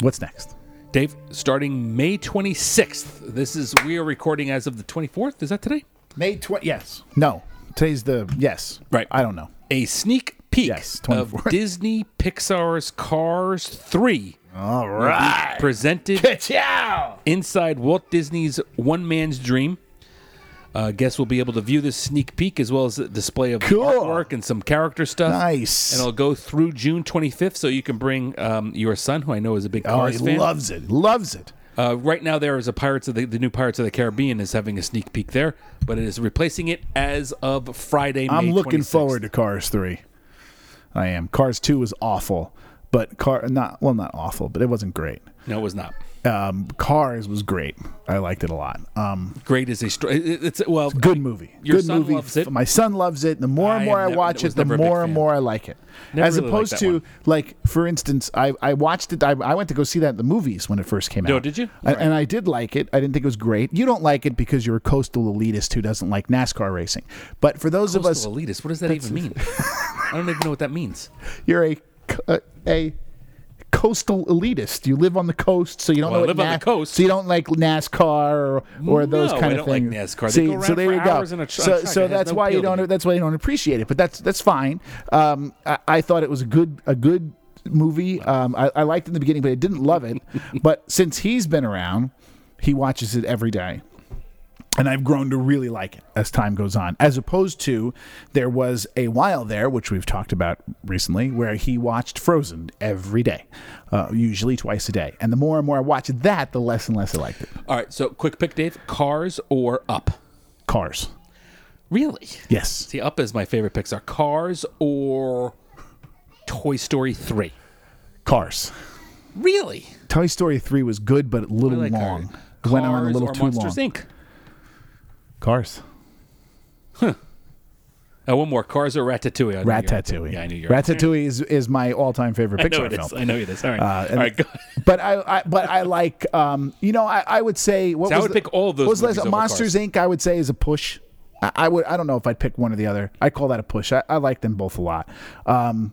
Speaker 1: what's next?
Speaker 2: Dave, starting May 26th. This is we are recording as of the 24th. Is that today?
Speaker 1: May twenty. Yes. No. Today's the yes.
Speaker 2: Right.
Speaker 1: I don't know.
Speaker 2: A sneak peek
Speaker 1: Yes,
Speaker 2: of
Speaker 1: 24th.
Speaker 2: Disney Pixar's Cars 3
Speaker 1: All right.
Speaker 2: presented
Speaker 1: Ciao.
Speaker 2: inside Walt Disney's One Man's Dream. Uh, guests will be able to view this sneak peek as well as a display of
Speaker 1: Cool.
Speaker 2: artwork and some character stuff.
Speaker 1: Nice.
Speaker 2: And it'll go through June 25th, so you can bring um, your son, who I know is a big
Speaker 1: Oh,
Speaker 2: Cars
Speaker 1: he
Speaker 2: fan.
Speaker 1: loves it. Loves it.
Speaker 2: Uh, right now, there is a Pirates of the, the new Pirates of the Caribbean is having a sneak peek there, but it is replacing it as of Friday.
Speaker 1: I'm
Speaker 2: May
Speaker 1: looking
Speaker 2: 26th.
Speaker 1: forward to Cars three. I am. Cars two was awful, but car not well not awful, but it wasn't great.
Speaker 2: No, it was not.
Speaker 1: Um, Cars was great. I liked it a lot. Um,
Speaker 2: Great is a str- it- it- it's well
Speaker 1: good movie.
Speaker 2: Your
Speaker 1: good
Speaker 2: son
Speaker 1: movie.
Speaker 2: loves it.
Speaker 1: My son loves it. The more and
Speaker 2: I
Speaker 1: more
Speaker 2: am
Speaker 1: I
Speaker 2: ne-
Speaker 1: watch
Speaker 2: was
Speaker 1: it, the
Speaker 2: never a big
Speaker 1: more and
Speaker 2: fan.
Speaker 1: more I like it.
Speaker 2: Never
Speaker 1: As
Speaker 2: really liked
Speaker 1: opposed
Speaker 2: that
Speaker 1: to
Speaker 2: one.
Speaker 1: like, for instance, I, I watched it. I, I went to go see that at the movies when it first came
Speaker 2: No,
Speaker 1: out.
Speaker 2: did you?
Speaker 1: I- And I did like it. I didn't think it was great. You don't like it because you're a coastal elitist who doesn't like NASCAR racing. But for those of us,
Speaker 2: Coastal elitist. What does that even mean? I don't even know what that means.
Speaker 1: you're a co- a coastal elitist. You live on the coast, so you don't
Speaker 2: Well,
Speaker 1: know
Speaker 2: I
Speaker 1: what
Speaker 2: live on the coast.
Speaker 1: So you don't like NASCAR or, or those
Speaker 2: Mm, No,
Speaker 1: kind
Speaker 2: I
Speaker 1: of
Speaker 2: don't like
Speaker 1: things.
Speaker 2: NASCAR. They
Speaker 1: See,
Speaker 2: go around
Speaker 1: so there
Speaker 2: for
Speaker 1: you go.
Speaker 2: hours in a tr-
Speaker 1: so
Speaker 2: track.
Speaker 1: so
Speaker 2: It has
Speaker 1: that's
Speaker 2: no
Speaker 1: why you
Speaker 2: appeal to
Speaker 1: don't.
Speaker 2: me.
Speaker 1: That's why you don't appreciate it. But that's that's fine. Um, I, I thought it was a good a good movie. Um, I, I liked it in the beginning, but I didn't love it. but since he's been around, he watches it every day and I've grown to really like it as time goes on. As opposed to, there was a while there, which we've talked about recently, where he watched Frozen every day, uh, usually twice a day. And the more and more I watched that, the less and less I liked it.
Speaker 2: All right, so quick pick, Dave. Cars or Up?
Speaker 1: Cars.
Speaker 2: Really?
Speaker 1: Yes.
Speaker 2: See, Up is my favorite Pixar. Cars or Toy Story Three?
Speaker 1: Cars.
Speaker 2: Really?
Speaker 1: Toy Story 3 was good, but a
Speaker 2: I
Speaker 1: little
Speaker 2: like
Speaker 1: long.
Speaker 2: Cars.
Speaker 1: It Went on a
Speaker 2: Cars
Speaker 1: little
Speaker 2: or
Speaker 1: too
Speaker 2: Monsters
Speaker 1: long.
Speaker 2: Inc.
Speaker 1: Cars.
Speaker 2: Oh, one more. Cars or Ratatouille? I knew you-
Speaker 1: Ratatouille.
Speaker 2: Yeah, I knew you.
Speaker 1: Ratatouille is, is my all time favorite
Speaker 2: I
Speaker 1: Pixar
Speaker 2: know it
Speaker 1: film.
Speaker 2: is. I know it is. All right.
Speaker 1: Uh,
Speaker 2: All
Speaker 1: and-
Speaker 2: right. Go.
Speaker 1: But I, I, but I like, um, you know, I, I would say what
Speaker 2: See, I
Speaker 1: was
Speaker 2: would
Speaker 1: the-
Speaker 2: pick all of those
Speaker 1: what was the last-
Speaker 2: movies over
Speaker 1: Monsters Inc. I would say is a push. I, I would, I don't know if I'd pick one or the other. I call that a push. I, I like them both a lot. Um,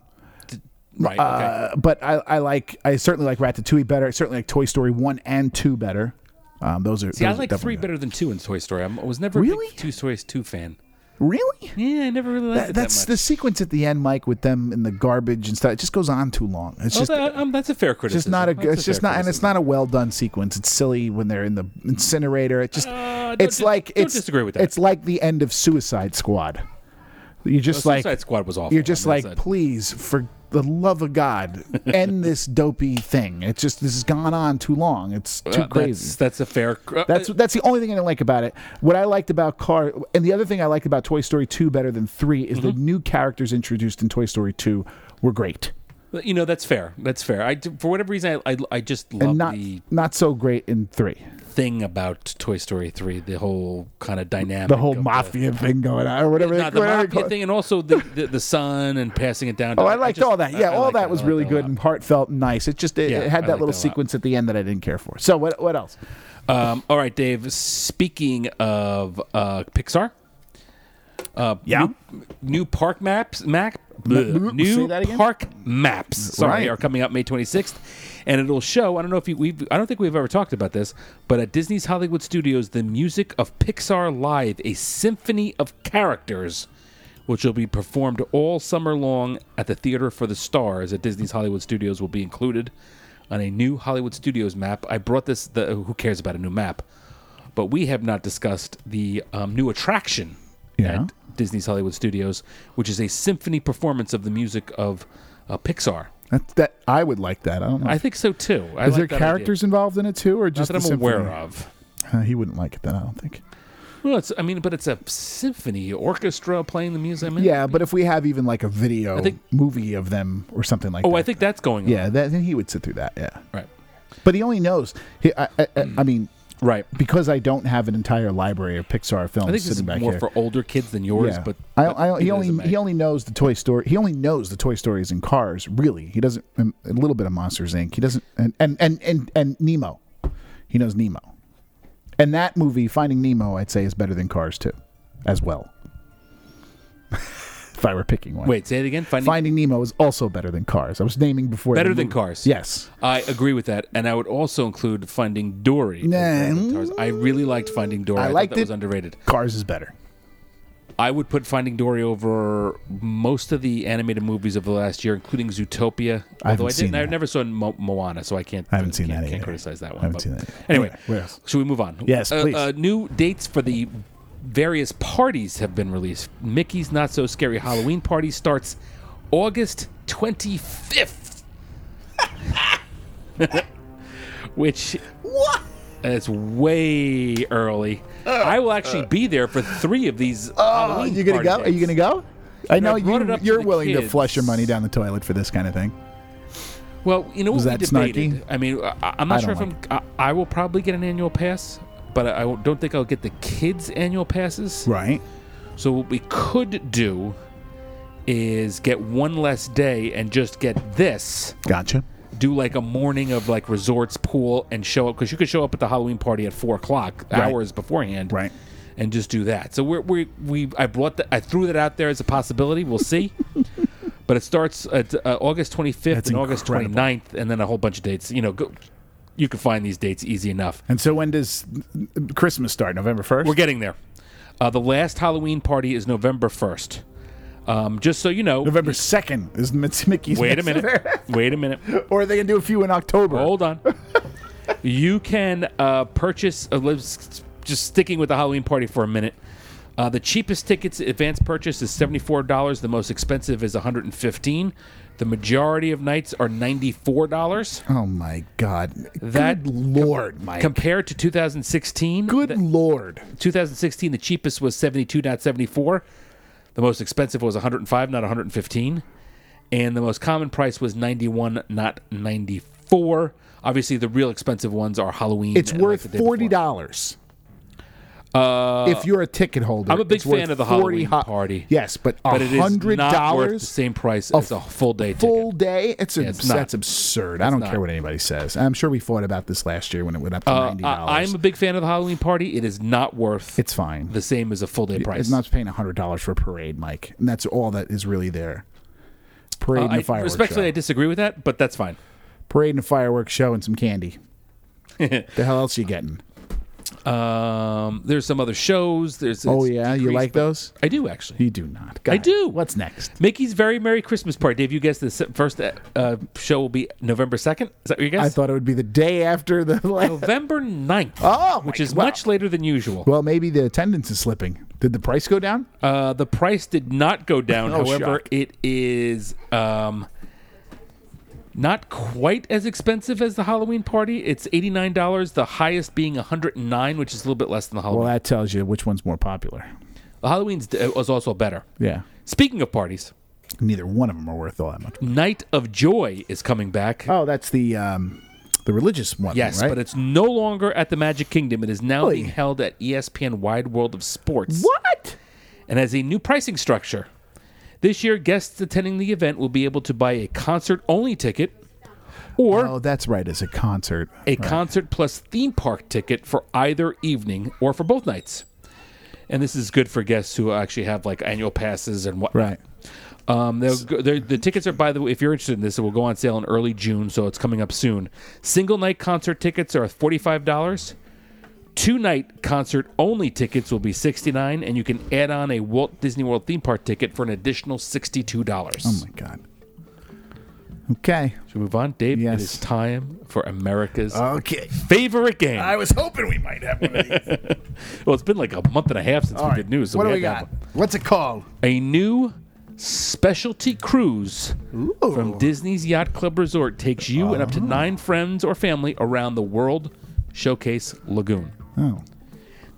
Speaker 2: Right. Okay.
Speaker 1: uh, but I, I like, I certainly like Ratatouille better. I certainly like Toy Story one and two better. Um, those are
Speaker 2: See, I
Speaker 1: those are
Speaker 2: like
Speaker 1: definitely
Speaker 2: three better than two in Toy Story. I'm- I was never a
Speaker 1: Really?
Speaker 2: big Two Toy Two fan.
Speaker 1: good. Really?
Speaker 2: Yeah, I never really liked
Speaker 1: That,
Speaker 2: it
Speaker 1: that's
Speaker 2: that
Speaker 1: the sequence at the end, Mike, with them in the garbage and stuff. It just goes on too long. It's
Speaker 2: much.
Speaker 1: just
Speaker 2: oh, that, um, that's a fair criticism.
Speaker 1: just not a
Speaker 2: That's
Speaker 1: good. It's just
Speaker 2: fair
Speaker 1: not, and it's not a well done sequence. It's silly when they're in the incinerator. It just,
Speaker 2: Uh, don't
Speaker 1: it's
Speaker 2: dis-
Speaker 1: like
Speaker 2: don't
Speaker 1: it's
Speaker 2: disagree with that.
Speaker 1: It's like the end of Suicide Squad. You just
Speaker 2: criticism.
Speaker 1: like
Speaker 2: Suicide Squad was awful.
Speaker 1: you're just
Speaker 2: I mean,
Speaker 1: like,
Speaker 2: that's a-
Speaker 1: please for the love of God, end this dopey thing. It's just this has gone on too long. It's too
Speaker 2: Uh,
Speaker 1: crazy.
Speaker 2: That's, that's a fair. uh,
Speaker 1: That's that's the only thing I didn't like about it. What I liked about Car and the other thing I liked about Toy Story 2 better than 3 is
Speaker 2: Mm-hmm.
Speaker 1: the new characters introduced in Toy Story 2 were great.
Speaker 2: uh, you know that's fair. That's fair. I d- for whatever reason I I, I just love
Speaker 1: And not
Speaker 2: the
Speaker 1: not so great in 3.
Speaker 2: thing about Toy Story three. The whole kind of dynamic.
Speaker 1: The whole
Speaker 2: of
Speaker 1: mafia thing going on or whatever.
Speaker 2: Not the
Speaker 1: whatever you
Speaker 2: mafia
Speaker 1: call it.
Speaker 2: thing, and also the, the the son and passing it down. To,
Speaker 1: Oh, I liked
Speaker 2: just-
Speaker 1: all that. Yeah,
Speaker 2: I- I
Speaker 1: all
Speaker 2: like
Speaker 1: that was
Speaker 2: I like
Speaker 1: really
Speaker 2: a
Speaker 1: good
Speaker 2: lot.
Speaker 1: and heartfelt and nice. It just it,
Speaker 2: Yeah,
Speaker 1: it
Speaker 2: I
Speaker 1: had that
Speaker 2: liked
Speaker 1: little
Speaker 2: that a lot.
Speaker 1: sequence at the end that I didn't care for. So what what else?
Speaker 2: Um, all right, Dave. Speaking of uh, Pixar, uh,
Speaker 1: Yeah.
Speaker 2: new, new park maps, Mac, bleh,
Speaker 1: Say
Speaker 2: new
Speaker 1: that again?
Speaker 2: park maps. Sorry,
Speaker 1: Right.
Speaker 2: are coming out May 26th, and it'll show. I don't know if you, we've, I don't think we've ever talked about this, but at Disney's Hollywood Studios, the music of Pixar Live, a symphony of characters. Which will be performed all summer long at the Theater for the Stars at Disney's Hollywood Studios will be included on a new Hollywood Studios map. I brought this. The, who cares about a new map? But we have not discussed the um, new attraction
Speaker 1: Yeah.
Speaker 2: at Disney's Hollywood Studios, which is a symphony performance of the music of uh, Pixar.
Speaker 1: That, that I would like that. I don't know.
Speaker 2: I think so too. I
Speaker 1: is
Speaker 2: like
Speaker 1: there
Speaker 2: that idea.
Speaker 1: characters involved in it too, or
Speaker 2: Not
Speaker 1: just
Speaker 2: that I'm
Speaker 1: the symphony?
Speaker 2: aware of?
Speaker 1: Uh, he wouldn't like it then. I don't think.
Speaker 2: Well, it's, I mean, but it's a symphony orchestra playing the music. I mean,
Speaker 1: Yeah, but if we have even like a video
Speaker 2: think-
Speaker 1: movie of them or something like
Speaker 2: Oh,
Speaker 1: that.
Speaker 2: I think that's going on.
Speaker 1: Yeah, that, then he would sit through that. Yeah,
Speaker 2: Right.
Speaker 1: but he only knows. He, I, I, I,
Speaker 2: Hmm.
Speaker 1: I mean,
Speaker 2: Right.
Speaker 1: because I don't have an entire library of Pixar films
Speaker 2: I think this
Speaker 1: sitting
Speaker 2: is
Speaker 1: back
Speaker 2: more
Speaker 1: here.
Speaker 2: for older kids than yours,
Speaker 1: yeah,
Speaker 2: but
Speaker 1: I, I,
Speaker 2: but
Speaker 1: he
Speaker 2: it
Speaker 1: only
Speaker 2: doesn't matter.
Speaker 1: he only knows the Toy Story. He only knows the Toy Stories and Cars. Really, he doesn't and a little bit of Monsters Inc. He doesn't and and and and, and Nemo. He knows Nemo, and that movie Finding Nemo, I'd say, is better than Cars too, as well. if I were picking one,
Speaker 2: Wait, say it again. Finding,
Speaker 1: Finding Nemo is also better than Cars. I was naming before the
Speaker 2: Better than
Speaker 1: movie.
Speaker 2: Cars.
Speaker 1: Yes,
Speaker 2: I agree with that, and I would also include Finding Dory. as
Speaker 1: Nah.
Speaker 2: Avatar's. I really liked Finding Dory.
Speaker 1: I
Speaker 2: I, thought
Speaker 1: liked
Speaker 2: that
Speaker 1: it.
Speaker 2: was underrated.
Speaker 1: Cars is better.
Speaker 2: I would put Finding Dory over most of the animated movies of the last year, including Zootopia.
Speaker 1: I haven't
Speaker 2: Although I,
Speaker 1: seen
Speaker 2: didn't, I
Speaker 1: that.
Speaker 2: never saw Mo- Moana, so I can't.
Speaker 1: I haven't seen
Speaker 2: can't-
Speaker 1: that
Speaker 2: Can't
Speaker 1: either.
Speaker 2: criticize that one.
Speaker 1: I haven't
Speaker 2: but-
Speaker 1: seen that either.
Speaker 2: Anyway,
Speaker 1: Anyway, where else?
Speaker 2: should we move on?
Speaker 1: Yes,
Speaker 2: Uh,
Speaker 1: please.
Speaker 2: Uh, new dates for the various parties have been released. Mickey's Not So Scary Halloween Party starts August twenty fifth. Which
Speaker 1: What? Uh,
Speaker 2: it's way early. I will actually be there for three of these.
Speaker 1: Oh, you gonna go? Are you gonna go? I know
Speaker 2: I brought it
Speaker 1: you,
Speaker 2: up to
Speaker 1: you're
Speaker 2: the
Speaker 1: willing to
Speaker 2: kids.
Speaker 1: flush your money down the toilet for this kind of thing.
Speaker 2: Well, you know
Speaker 1: Was
Speaker 2: what we
Speaker 1: that
Speaker 2: debated.
Speaker 1: snarky?
Speaker 2: I mean, I, I'm not
Speaker 1: I
Speaker 2: sure if
Speaker 1: don't
Speaker 2: I'm. I, I will probably get an annual pass, but I, I don't think I'll get the kids' annual passes.
Speaker 1: Right.
Speaker 2: So what we could do is get one less day and just get this.
Speaker 1: Gotcha.
Speaker 2: Do like a morning of like resorts, pool, and show up because you could show up at the Halloween party at four o'clock
Speaker 1: Right.
Speaker 2: hours beforehand,
Speaker 1: Right.
Speaker 2: And just do that. So we're, we we I brought that I threw that out there as a possibility. We'll see. but it starts at uh, August 25th
Speaker 1: That's
Speaker 2: and August
Speaker 1: incredible.
Speaker 2: 29th, and then a whole bunch of dates. You know, go, you can find these dates easy enough.
Speaker 1: And so when does Christmas start? November 1st?
Speaker 2: We're getting there. Uh, the last Halloween party is November 1st. Um, just so you know,
Speaker 1: November 2nd is Mitz- Mickey's.
Speaker 2: Wait a
Speaker 1: next
Speaker 2: minute.
Speaker 1: affair.
Speaker 2: Wait a minute.
Speaker 1: or are they going to do a few in October?
Speaker 2: Hold on. You can uh, purchase. Uh, let's- just sticking with the Halloween party for a minute. Uh, the cheapest tickets advance purchase is seventy four dollars. The most expensive is one hundred and fifteen. The majority of nights are ninety four dollars.
Speaker 1: Oh, my God.
Speaker 2: That-
Speaker 1: Good Lord, Mike.
Speaker 2: Compared to 2016,
Speaker 1: Good Lord.
Speaker 2: 2016 the cheapest was 72 not 74 the most expensive was 105 not 115 and the most common price was 91 not 94 obviously the real expensive ones are halloween
Speaker 1: It's
Speaker 2: and, like,
Speaker 1: worth
Speaker 2: the day before.
Speaker 1: $40. Uh, if you're a ticket holder,
Speaker 2: I'm a big
Speaker 1: it's worth
Speaker 2: fan of the
Speaker 1: 40
Speaker 2: Halloween party.
Speaker 1: Yes, but,
Speaker 2: but it is not worth the
Speaker 1: $100
Speaker 2: same price as a full day
Speaker 1: full
Speaker 2: ticket
Speaker 1: day? It's,
Speaker 2: Yeah,
Speaker 1: abs-
Speaker 2: it's not.
Speaker 1: That's absurd. I don't care what anybody says. I'm sure we fought about this last year when it went up to
Speaker 2: Uh,
Speaker 1: $90.
Speaker 2: I, am a big fan of the halloween party it is not worth
Speaker 1: it's fine.
Speaker 2: the same as a full day price
Speaker 1: It's not paying hundred dollars for a parade, Mike, and that's all that is really there. Parade
Speaker 2: Uh,
Speaker 1: and
Speaker 2: I,
Speaker 1: a fireworks
Speaker 2: respectfully i
Speaker 1: show.
Speaker 2: disagree with that but that's fine
Speaker 1: parade and a fireworks show and some candy. the hell else you getting?
Speaker 2: um, there's some other shows there's
Speaker 1: Oh
Speaker 2: it's
Speaker 1: yeah, you
Speaker 2: decreased,
Speaker 1: like
Speaker 2: but-
Speaker 1: those?
Speaker 2: i do actually
Speaker 1: You do not.
Speaker 2: I
Speaker 1: God,
Speaker 2: do.
Speaker 1: What's next?
Speaker 2: Mickey's Very Merry Christmas Party. Dave, you guessed the se- first uh, uh, show will be November 2nd. Is that what you guessed?
Speaker 1: I thought it would be the day after the.
Speaker 2: November 9th.
Speaker 1: Oh, my
Speaker 2: which is
Speaker 1: God.
Speaker 2: much later than usual.
Speaker 1: well, maybe the attendance is slipping. Did the price go down?
Speaker 2: Uh, the price did not go down.
Speaker 1: Oh,
Speaker 2: However,
Speaker 1: shock.
Speaker 2: it is um, Not quite as expensive as the Halloween party. It's eighty nine dollars. The highest being one hundred and nine, which is a little bit less than the Halloween.
Speaker 1: Well, that tells you which one's more popular.
Speaker 2: the Halloween's uh, was also better.
Speaker 1: Yeah.
Speaker 2: Speaking of parties,
Speaker 1: Neither one of them are worth all that much.
Speaker 2: Night of Joy is coming back.
Speaker 1: Oh, that's the um, the religious one.
Speaker 2: Yes,
Speaker 1: right?
Speaker 2: but it's no longer at the Magic Kingdom. It is now
Speaker 1: Really?
Speaker 2: being held at E ESPN Wide World of Sports.
Speaker 1: what?
Speaker 2: And has a new pricing structure. This year, guests attending the event will be able to buy a concert only ticket or
Speaker 1: Oh, that's right. It's a concert.
Speaker 2: a concert plus theme park ticket for either evening or for both nights. And this is good for guests who actually have like annual passes and whatnot.
Speaker 1: Right.
Speaker 2: Um, they'll go, they're- the tickets are, by the way, if you're interested in this, it will go on sale in early June, so it's coming up soon. Single night concert tickets are $45. Two night concert only tickets will be $69, and you can add on a Walt Disney World theme park ticket for an additional $62.
Speaker 1: Oh my god. Okay.
Speaker 2: Should we move on? Dave,
Speaker 1: Yes. Uh,
Speaker 2: it is time for America's
Speaker 1: Okay.
Speaker 2: favorite game.
Speaker 1: was hoping we might have one of these.
Speaker 2: well, it's been like a month and a half since we did news. So
Speaker 3: what do
Speaker 2: we
Speaker 3: we
Speaker 2: had to
Speaker 3: got?
Speaker 2: have
Speaker 3: What's it called?
Speaker 2: A new specialty cruise from Disney's Yacht Club Resort takes you and
Speaker 1: Ah.
Speaker 2: up to nine friends or family around the World Showcase Lagoon.
Speaker 1: oh.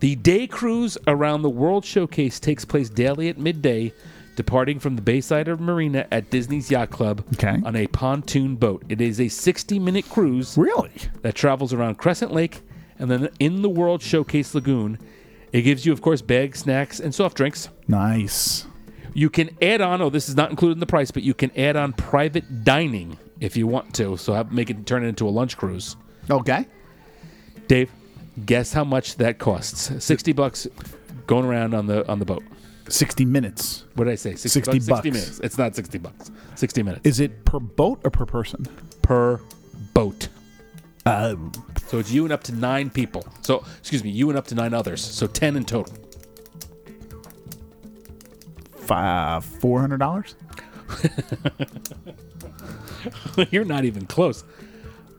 Speaker 2: The day cruise around the World Showcase takes place daily at midday, departing from the Bayside of Marina at Disney's Yacht Club
Speaker 1: Okay.
Speaker 2: on a pontoon boat. It is a 60 minute cruise
Speaker 1: Really?
Speaker 2: that travels around Crescent Lake and then in the World Showcase Lagoon. It gives you, of course, bags, snacks, and soft drinks.
Speaker 1: Nice.
Speaker 2: You can add on, oh, this is not included in the price, but you can add on private dining if you want to. So have, make it turn it into a lunch cruise.
Speaker 1: Okay.
Speaker 2: Dave, guess how much that costs? Sixty bucks going around on the on the boat.
Speaker 1: Sixty minutes.
Speaker 2: What did I say? 60,
Speaker 1: 60
Speaker 2: Sixty
Speaker 1: bucks.
Speaker 2: minutes. It's not sixty bucks. Sixty minutes
Speaker 1: Is it per boat or per person?
Speaker 2: per boat.
Speaker 1: Um,
Speaker 2: So it's you and up to nine people. So excuse me, you and up to nine others. So ten in total.
Speaker 1: five four hundred dollars.
Speaker 2: You're not even close.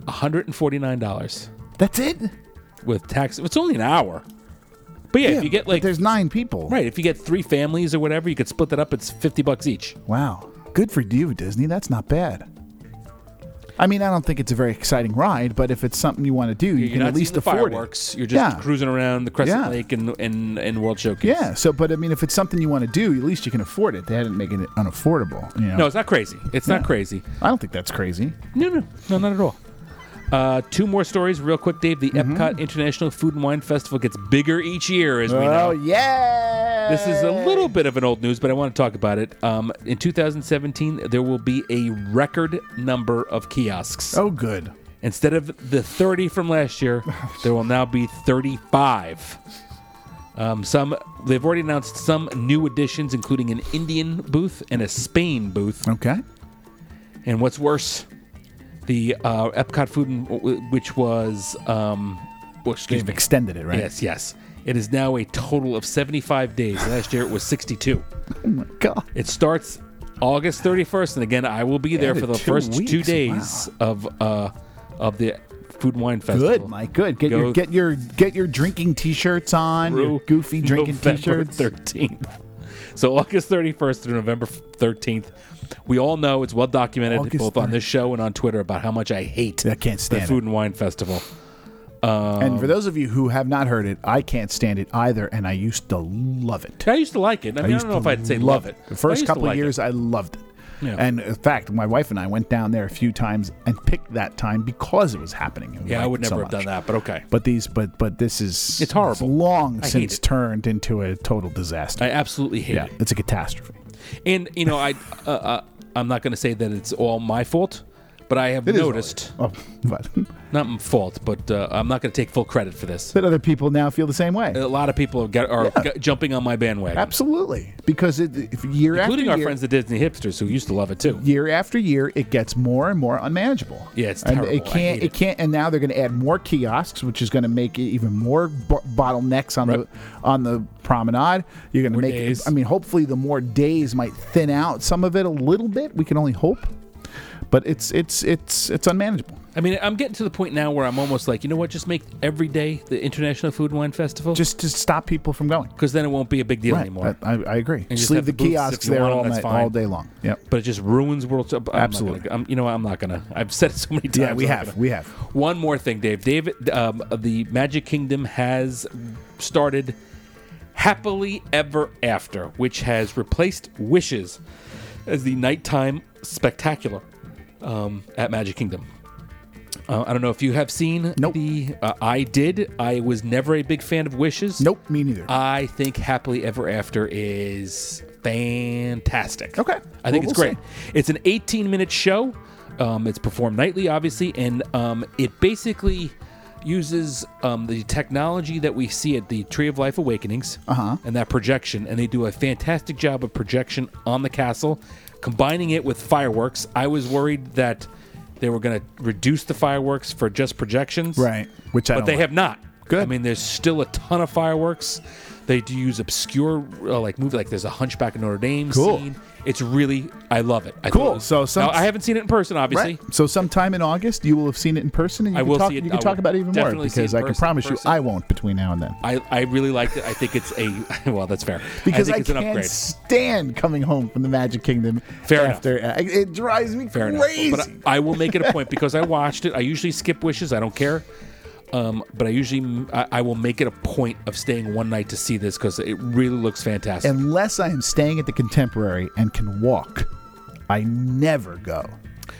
Speaker 2: One hundred and forty nine dollars
Speaker 1: That's it.
Speaker 2: with tax. It's only an hour. But yeah, if you get
Speaker 1: but
Speaker 2: like
Speaker 1: there's nine people.
Speaker 2: Right. If you get three families or whatever, you could split that up. It's fifty bucks each.
Speaker 1: Wow. Good for you, Disney. That's not bad. I mean, I don't think it's a very exciting ride, but if it's something you want to do, you
Speaker 2: You're
Speaker 1: can
Speaker 2: not
Speaker 1: at least
Speaker 2: seeing the
Speaker 1: afford
Speaker 2: fireworks.
Speaker 1: it.
Speaker 2: You're just
Speaker 1: yeah.
Speaker 2: cruising around the Crescent
Speaker 1: Yeah.
Speaker 2: Lake and, and and World Showcase.
Speaker 1: Yeah. So, but I mean, if it's something you want to do, at least you can afford it. They hadn't made it unaffordable. You know?
Speaker 2: No, it's not crazy. It's not crazy.
Speaker 1: I don't think that's crazy.
Speaker 2: No, no, no, not at all. Uh, two more stories, real quick, Dave. The
Speaker 1: Mm-hmm.
Speaker 2: Epcot International Food and Wine Festival gets bigger each year, as we know.
Speaker 1: yeah.
Speaker 2: This is a little bit of an old news, but I want to talk about it. Um, in 2017, there will be a record number of kiosks.
Speaker 1: Oh, good.
Speaker 2: Instead of the 30 from last year, there will now be 35. Um, some they've already announced some new additions, including an Indian booth and a Spain booth.
Speaker 1: Okay.
Speaker 2: And what's worse, the uh, Epcot food, and, which was, um, well, excuse
Speaker 1: They've
Speaker 2: me,
Speaker 1: extended it, right?
Speaker 2: yes, yes, it is now a total of 75 days. Last year it was 62.
Speaker 1: Oh my god.
Speaker 2: It starts August 31st, and again, I will be there
Speaker 1: Added
Speaker 2: for the
Speaker 1: two
Speaker 2: first two
Speaker 1: weeks,
Speaker 2: days of uh, of the Food and Wine Festival.
Speaker 1: Good, Mike. Good. Get
Speaker 2: Go
Speaker 1: your get your get your drinking t-shirts on. Your
Speaker 2: through
Speaker 1: goofy drinking
Speaker 2: November
Speaker 1: t-shirts.
Speaker 2: 13th. So August 31st through November 13th. We all know it's well documented
Speaker 1: August
Speaker 2: both on this show and on Twitter about how much I hate
Speaker 1: I can't
Speaker 2: the
Speaker 1: stand it.
Speaker 2: Food and Wine Festival.
Speaker 1: And
Speaker 2: Um,
Speaker 1: for those of you who have not heard it, I can't stand it either, and I used to love it.
Speaker 2: I used to like it. I, mean, I
Speaker 1: used
Speaker 2: don't know
Speaker 1: to
Speaker 2: if I'd say love it.
Speaker 1: The
Speaker 2: I
Speaker 1: first
Speaker 2: used to
Speaker 1: couple
Speaker 2: like
Speaker 1: of
Speaker 2: it.
Speaker 1: years, I loved it.
Speaker 2: Yeah.
Speaker 1: And in fact, my wife and I went down there a few times and picked that time because it was happening. and we
Speaker 2: Yeah, I
Speaker 1: liked
Speaker 2: would
Speaker 1: it so
Speaker 2: never have done
Speaker 1: much.
Speaker 2: that, but okay.
Speaker 1: But these, but but this is
Speaker 2: It's horrible.
Speaker 1: long
Speaker 2: I hate
Speaker 1: since
Speaker 2: it.
Speaker 1: turned into a total disaster.
Speaker 2: I absolutely hate
Speaker 1: yeah,
Speaker 2: it.
Speaker 1: it's a catastrophe.
Speaker 2: And you know, I uh, uh, I'm not going to say that it's all my fault, but I have
Speaker 1: It is
Speaker 2: noticed
Speaker 1: Oh, but
Speaker 2: not m- fault, but uh, I'm not going to take full credit for this.
Speaker 1: but other people now feel the same way.
Speaker 2: A lot of people have got, are g- jumping on my bandwagon,
Speaker 1: Absolutely, because it, if year
Speaker 2: including
Speaker 1: after
Speaker 2: our
Speaker 1: year,
Speaker 2: friends the Disney hipsters who used to love it too.
Speaker 1: year after year, it gets more and more unmanageable.
Speaker 2: Yeah, it's
Speaker 1: and
Speaker 2: terrible.
Speaker 1: It
Speaker 2: I
Speaker 1: can't. it.
Speaker 2: hate it.
Speaker 1: can't. And now they're going to add more kiosks, which is going to make it even more bo- bottlenecks on
Speaker 2: Right.
Speaker 1: the on the promenade. You're going to
Speaker 2: More
Speaker 1: make.
Speaker 2: days.
Speaker 1: I mean, hopefully, the more days might thin out some of it a little bit. We can only hope, but it's it's it's it's unmanageable.
Speaker 2: I mean, I'm getting to the point now where I'm almost like, you know what? Just make every day the International Food and Wine Festival,
Speaker 1: Just to stop people from going.
Speaker 2: because then it won't be a big deal anymore.
Speaker 1: Right. I, I- I agree. Just,
Speaker 2: just
Speaker 1: leave
Speaker 2: have
Speaker 1: the,
Speaker 2: the booths if
Speaker 1: kiosks
Speaker 2: you
Speaker 1: there
Speaker 2: want
Speaker 1: all,
Speaker 2: 'em,
Speaker 1: night,
Speaker 2: that's
Speaker 1: all
Speaker 2: fine.
Speaker 1: day long. Yep.
Speaker 2: but it just ruins world. I'm
Speaker 1: Absolutely.
Speaker 2: Not gonna, I'm, you know, what? I'm not gonna. I've said it so many times.
Speaker 1: Yeah, we
Speaker 2: I'm not
Speaker 1: have.
Speaker 2: gonna-
Speaker 1: We have.
Speaker 2: One more thing, Dave. David, um, the Magic Kingdom has started Happily Ever After, which has replaced Wishes as the nighttime spectacular um, at Magic Kingdom. Uh, I don't know if you have seen
Speaker 1: Nope.
Speaker 2: the. Uh, I did. I was never a big fan of Wishes.
Speaker 1: Nope, me neither.
Speaker 2: I think Happily Ever After is fantastic.
Speaker 1: Okay.
Speaker 2: I think
Speaker 1: Well,
Speaker 2: it's
Speaker 1: we'll
Speaker 2: great. It's an 18 minute show. Um, it's performed nightly, obviously, and um, it basically uses um, the technology that we see at the Tree of Life Awakenings uh-huh. and that projection, and they do a fantastic job of projection on the castle, combining it with fireworks. I was worried that they were going to reduce the fireworks for just projections,
Speaker 1: Right, which I
Speaker 2: but
Speaker 1: don't
Speaker 2: they
Speaker 1: like.
Speaker 2: have not.
Speaker 1: Good.
Speaker 2: I mean, there's still a ton of fireworks. They do use obscure uh, like movie, like there's a Hunchback of Notre Dame
Speaker 1: Cool.
Speaker 2: scene. It's really, I love it. I thought
Speaker 1: Cool.
Speaker 2: it was-
Speaker 1: So some-
Speaker 2: Now, I haven't seen it in person, obviously.
Speaker 1: Right. So sometime in August, you will have seen it in person, and you
Speaker 2: I
Speaker 1: can
Speaker 2: will
Speaker 1: talk.
Speaker 2: see it-
Speaker 1: You can
Speaker 2: I
Speaker 1: talk
Speaker 2: will
Speaker 1: about it even more
Speaker 2: definitely see it
Speaker 1: because
Speaker 2: in
Speaker 1: I can
Speaker 2: person-
Speaker 1: promise you,
Speaker 2: person.
Speaker 1: I won't between now and then.
Speaker 2: I, I really liked it. I think it's a well, that's fair.
Speaker 1: Because
Speaker 2: I
Speaker 1: I,
Speaker 2: think it's an
Speaker 1: can't
Speaker 2: upgrade.
Speaker 1: stand coming home from the Magic Kingdom
Speaker 2: Fair enough.
Speaker 1: after. I- it drives me
Speaker 2: Fair enough.
Speaker 1: crazy.
Speaker 2: But I, I will make it a point because I watched it. I usually skip wishes. I don't care. Um, but I usually I, I will make it a point of staying one night to see this because it really looks fantastic.
Speaker 1: Unless I am staying at the Contemporary and can walk, I never go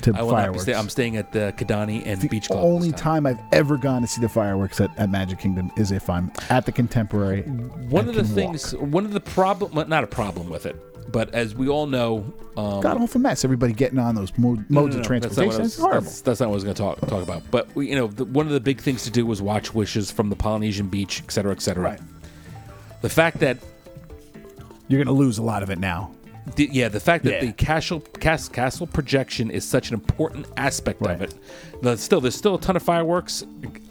Speaker 1: to
Speaker 2: I will not be
Speaker 1: fireworks.
Speaker 2: stay, I'm staying at the Kadani and
Speaker 1: the
Speaker 2: Beach Club. this
Speaker 1: only
Speaker 2: time.
Speaker 1: time I've ever gone to see the fireworks at, at Magic Kingdom is if I'm at the Contemporary.
Speaker 2: one
Speaker 1: and
Speaker 2: of the
Speaker 1: can walk.
Speaker 2: things one of the problem well, not a problem with it but as we all know um
Speaker 1: God awful mess. Everybody getting on those mo- modes
Speaker 2: no, no,
Speaker 1: of
Speaker 2: no, that's not what I
Speaker 1: transportation.
Speaker 2: was-
Speaker 1: It's horrible.
Speaker 2: That's, that's not what I was going to talk talk about. But we- you know, the, one of the big things to do was watch wishes from the Polynesian beach, et cetera, et cetera.
Speaker 1: Right.
Speaker 2: The fact that,
Speaker 1: You're going to lose a lot of it now.
Speaker 2: the, yeah, the fact that
Speaker 1: Yeah.
Speaker 2: the castle cas- castle projection is such an important aspect
Speaker 1: Right.
Speaker 2: of it. Now, still, there's still a ton of fireworks.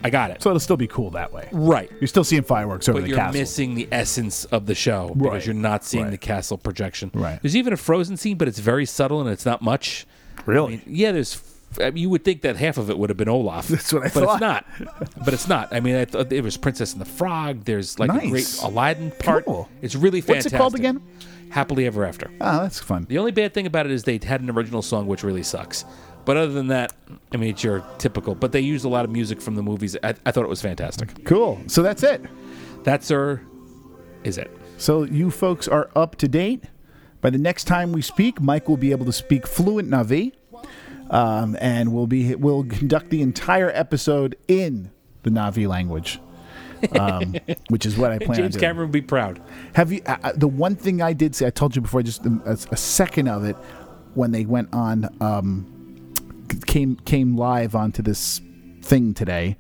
Speaker 2: I got it.
Speaker 1: So it'll still be cool that way.
Speaker 2: right.
Speaker 1: You're still seeing fireworks over
Speaker 2: But
Speaker 1: the
Speaker 2: you're
Speaker 1: castle.
Speaker 2: missing the essence of the show
Speaker 1: Right.
Speaker 2: because you're not seeing
Speaker 1: Right.
Speaker 2: the castle projection.
Speaker 1: Right.
Speaker 2: There's even a frozen scene, but it's very subtle and it's not much.
Speaker 1: Really?
Speaker 2: I mean, yeah. There's. I mean, you would think that half of it would have been Olaf.
Speaker 1: That's what I
Speaker 2: but
Speaker 1: thought.
Speaker 2: it's not. But it's not. I mean, I thought it was Princess and the Frog. There's like a great
Speaker 1: Nice.
Speaker 2: Aladdin part.
Speaker 1: Cool.
Speaker 2: It's really
Speaker 1: What's it
Speaker 2: fantastic.
Speaker 1: called again?
Speaker 2: Happily Ever After.
Speaker 1: Oh, that's fun.
Speaker 2: The only bad thing about it is they had an original song, which really sucks. But other than that, I mean, it's your typical. But they used a lot of music from the movies. I, I thought it was fantastic.
Speaker 1: Cool. So that's it.
Speaker 2: That's her. Is it?
Speaker 1: So you folks are up to date. By the next time we speak, Mike will be able to speak fluent Navi, um, and we'll be we'll conduct the entire episode in the Navi language, um, which is what I plan
Speaker 2: James
Speaker 1: on doing.
Speaker 2: Cameron would be proud.
Speaker 1: Have you? Uh, uh, the one thing I did say, I told you before, just um, a, a second of it, when they went on, um, c- came came live onto this thing today.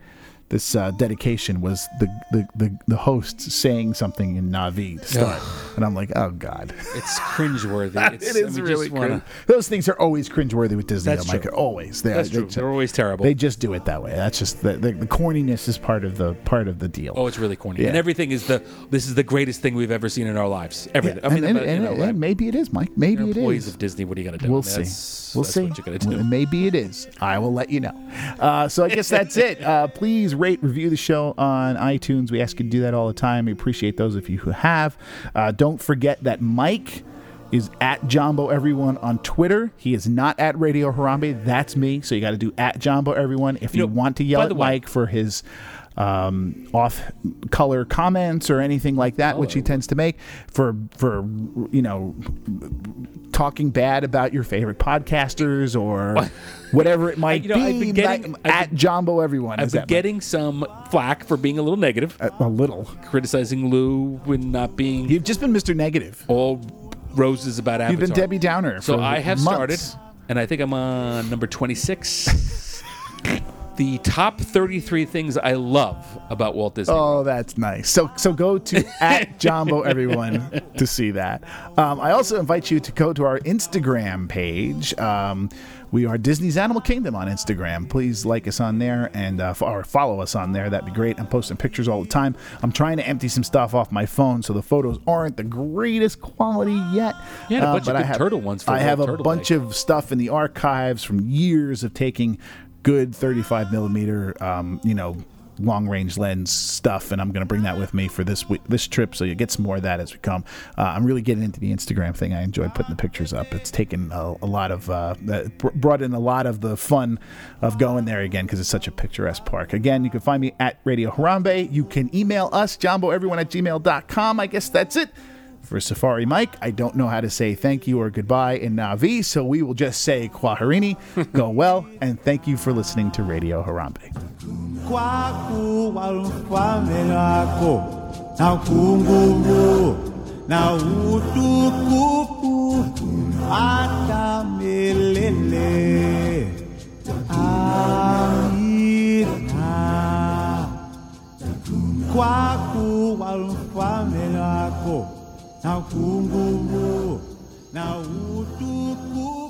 Speaker 1: This uh, dedication was the, the the the host saying something in Navi to start, and I'm like, oh god,
Speaker 2: It's cringeworthy. It's, I mean, just wanna-
Speaker 1: cringe. Those things are always cringeworthy with Disney.
Speaker 2: That's
Speaker 1: I'm like,
Speaker 2: true.
Speaker 1: always. They,
Speaker 2: That's
Speaker 1: they
Speaker 2: true.
Speaker 1: ju-
Speaker 2: They're always terrible.
Speaker 1: They just do it that way. That's just the, the, the corniness is part of the part of the deal.
Speaker 2: oh, it's really corny.
Speaker 1: Yeah.
Speaker 2: And everything is the this is the greatest thing we've ever seen in our lives.
Speaker 1: yeah.
Speaker 2: Everything. I mean,
Speaker 1: and,
Speaker 2: but,
Speaker 1: and-
Speaker 2: you
Speaker 1: and-
Speaker 2: know,
Speaker 1: and
Speaker 2: like,
Speaker 1: maybe it is, Mike. Maybe
Speaker 2: you're
Speaker 1: it
Speaker 2: employees
Speaker 1: is.
Speaker 2: of Disney. What are you gonna do?
Speaker 1: We'll
Speaker 2: I mean,
Speaker 1: see.
Speaker 2: that's-
Speaker 1: we'll
Speaker 2: that's
Speaker 1: see.
Speaker 2: What you're gonna
Speaker 1: Well,
Speaker 2: do.
Speaker 1: Maybe it is. I will let you know. Uh, so I guess that's it. Uh, please rate, review the show on iTunes. We ask you to do that all the time. We appreciate those of you who have. Uh, don't forget that Mike is at Jumbo Everyone on Twitter. He is not at Radio Harambe. That's me. So you got to do at Jumbo Everyone if you,
Speaker 2: know,
Speaker 1: want to yell
Speaker 2: by
Speaker 1: at
Speaker 2: the way-
Speaker 1: Mike for his. Um, off color comments or anything like that, which
Speaker 2: Oh.
Speaker 1: he tends to make for for you know talking bad about your favorite podcasters or whatever it might
Speaker 2: you know, I've
Speaker 1: be.
Speaker 2: been getting-
Speaker 1: like,
Speaker 2: I've
Speaker 1: at Jumbo, everyone
Speaker 2: I've
Speaker 1: is
Speaker 2: been
Speaker 1: that
Speaker 2: getting some flack for being a little negative,
Speaker 1: like, a, a little.
Speaker 2: criticizing Lou and not being
Speaker 1: You've just been Mr. Negative.
Speaker 2: all roses about Avatar.
Speaker 1: You've been Debbie Downer.
Speaker 2: So
Speaker 1: for
Speaker 2: I have
Speaker 1: months.
Speaker 2: started, and I think I'm on number 26. the top 33 things I love about Walt Disney.
Speaker 1: Oh, that's nice. So, so go to at Jumbo everyone to see that. Um, I also invite you to go to our Instagram page. Um, we are Disney's Animal Kingdom on Instagram. Please like us on there and uh, fo- or follow us on there. That'd be great. I'm posting pictures all the time. I'm trying to empty some stuff off my phone, so the photos aren't the greatest quality yet.
Speaker 2: You had a bunch
Speaker 1: Uh,
Speaker 2: of
Speaker 1: but I
Speaker 2: good
Speaker 1: have-
Speaker 2: turtle ones for
Speaker 1: I
Speaker 2: World
Speaker 1: have a
Speaker 2: Turtle
Speaker 1: bunch
Speaker 2: Day.
Speaker 1: of stuff in the archives from years of taking good 35 millimeter, um, you know, long range lens stuff, and I'm going to bring that with me for this week, this trip. So you get some more of that as we come. Uh, I'm really getting into the Instagram thing. I enjoy putting the pictures up. It's taken a, a lot of uh, uh, br- brought in a lot of the fun of going there again because it's such a picturesque park. Again, you can find me at Radio Harambe. You can email us jumboeveryone at gmail.com. I guess that's it. For Safari Mike, I don't know how to say thank you or goodbye in Navi, so we will just say Kwaharini, go well, and thank you for listening to Radio Harambe.
Speaker 4: kwaku walufwamelako na kungulu na utukufu hata milele. Amina. Kwaku walufwamelako na kungulu na utukufu Ah.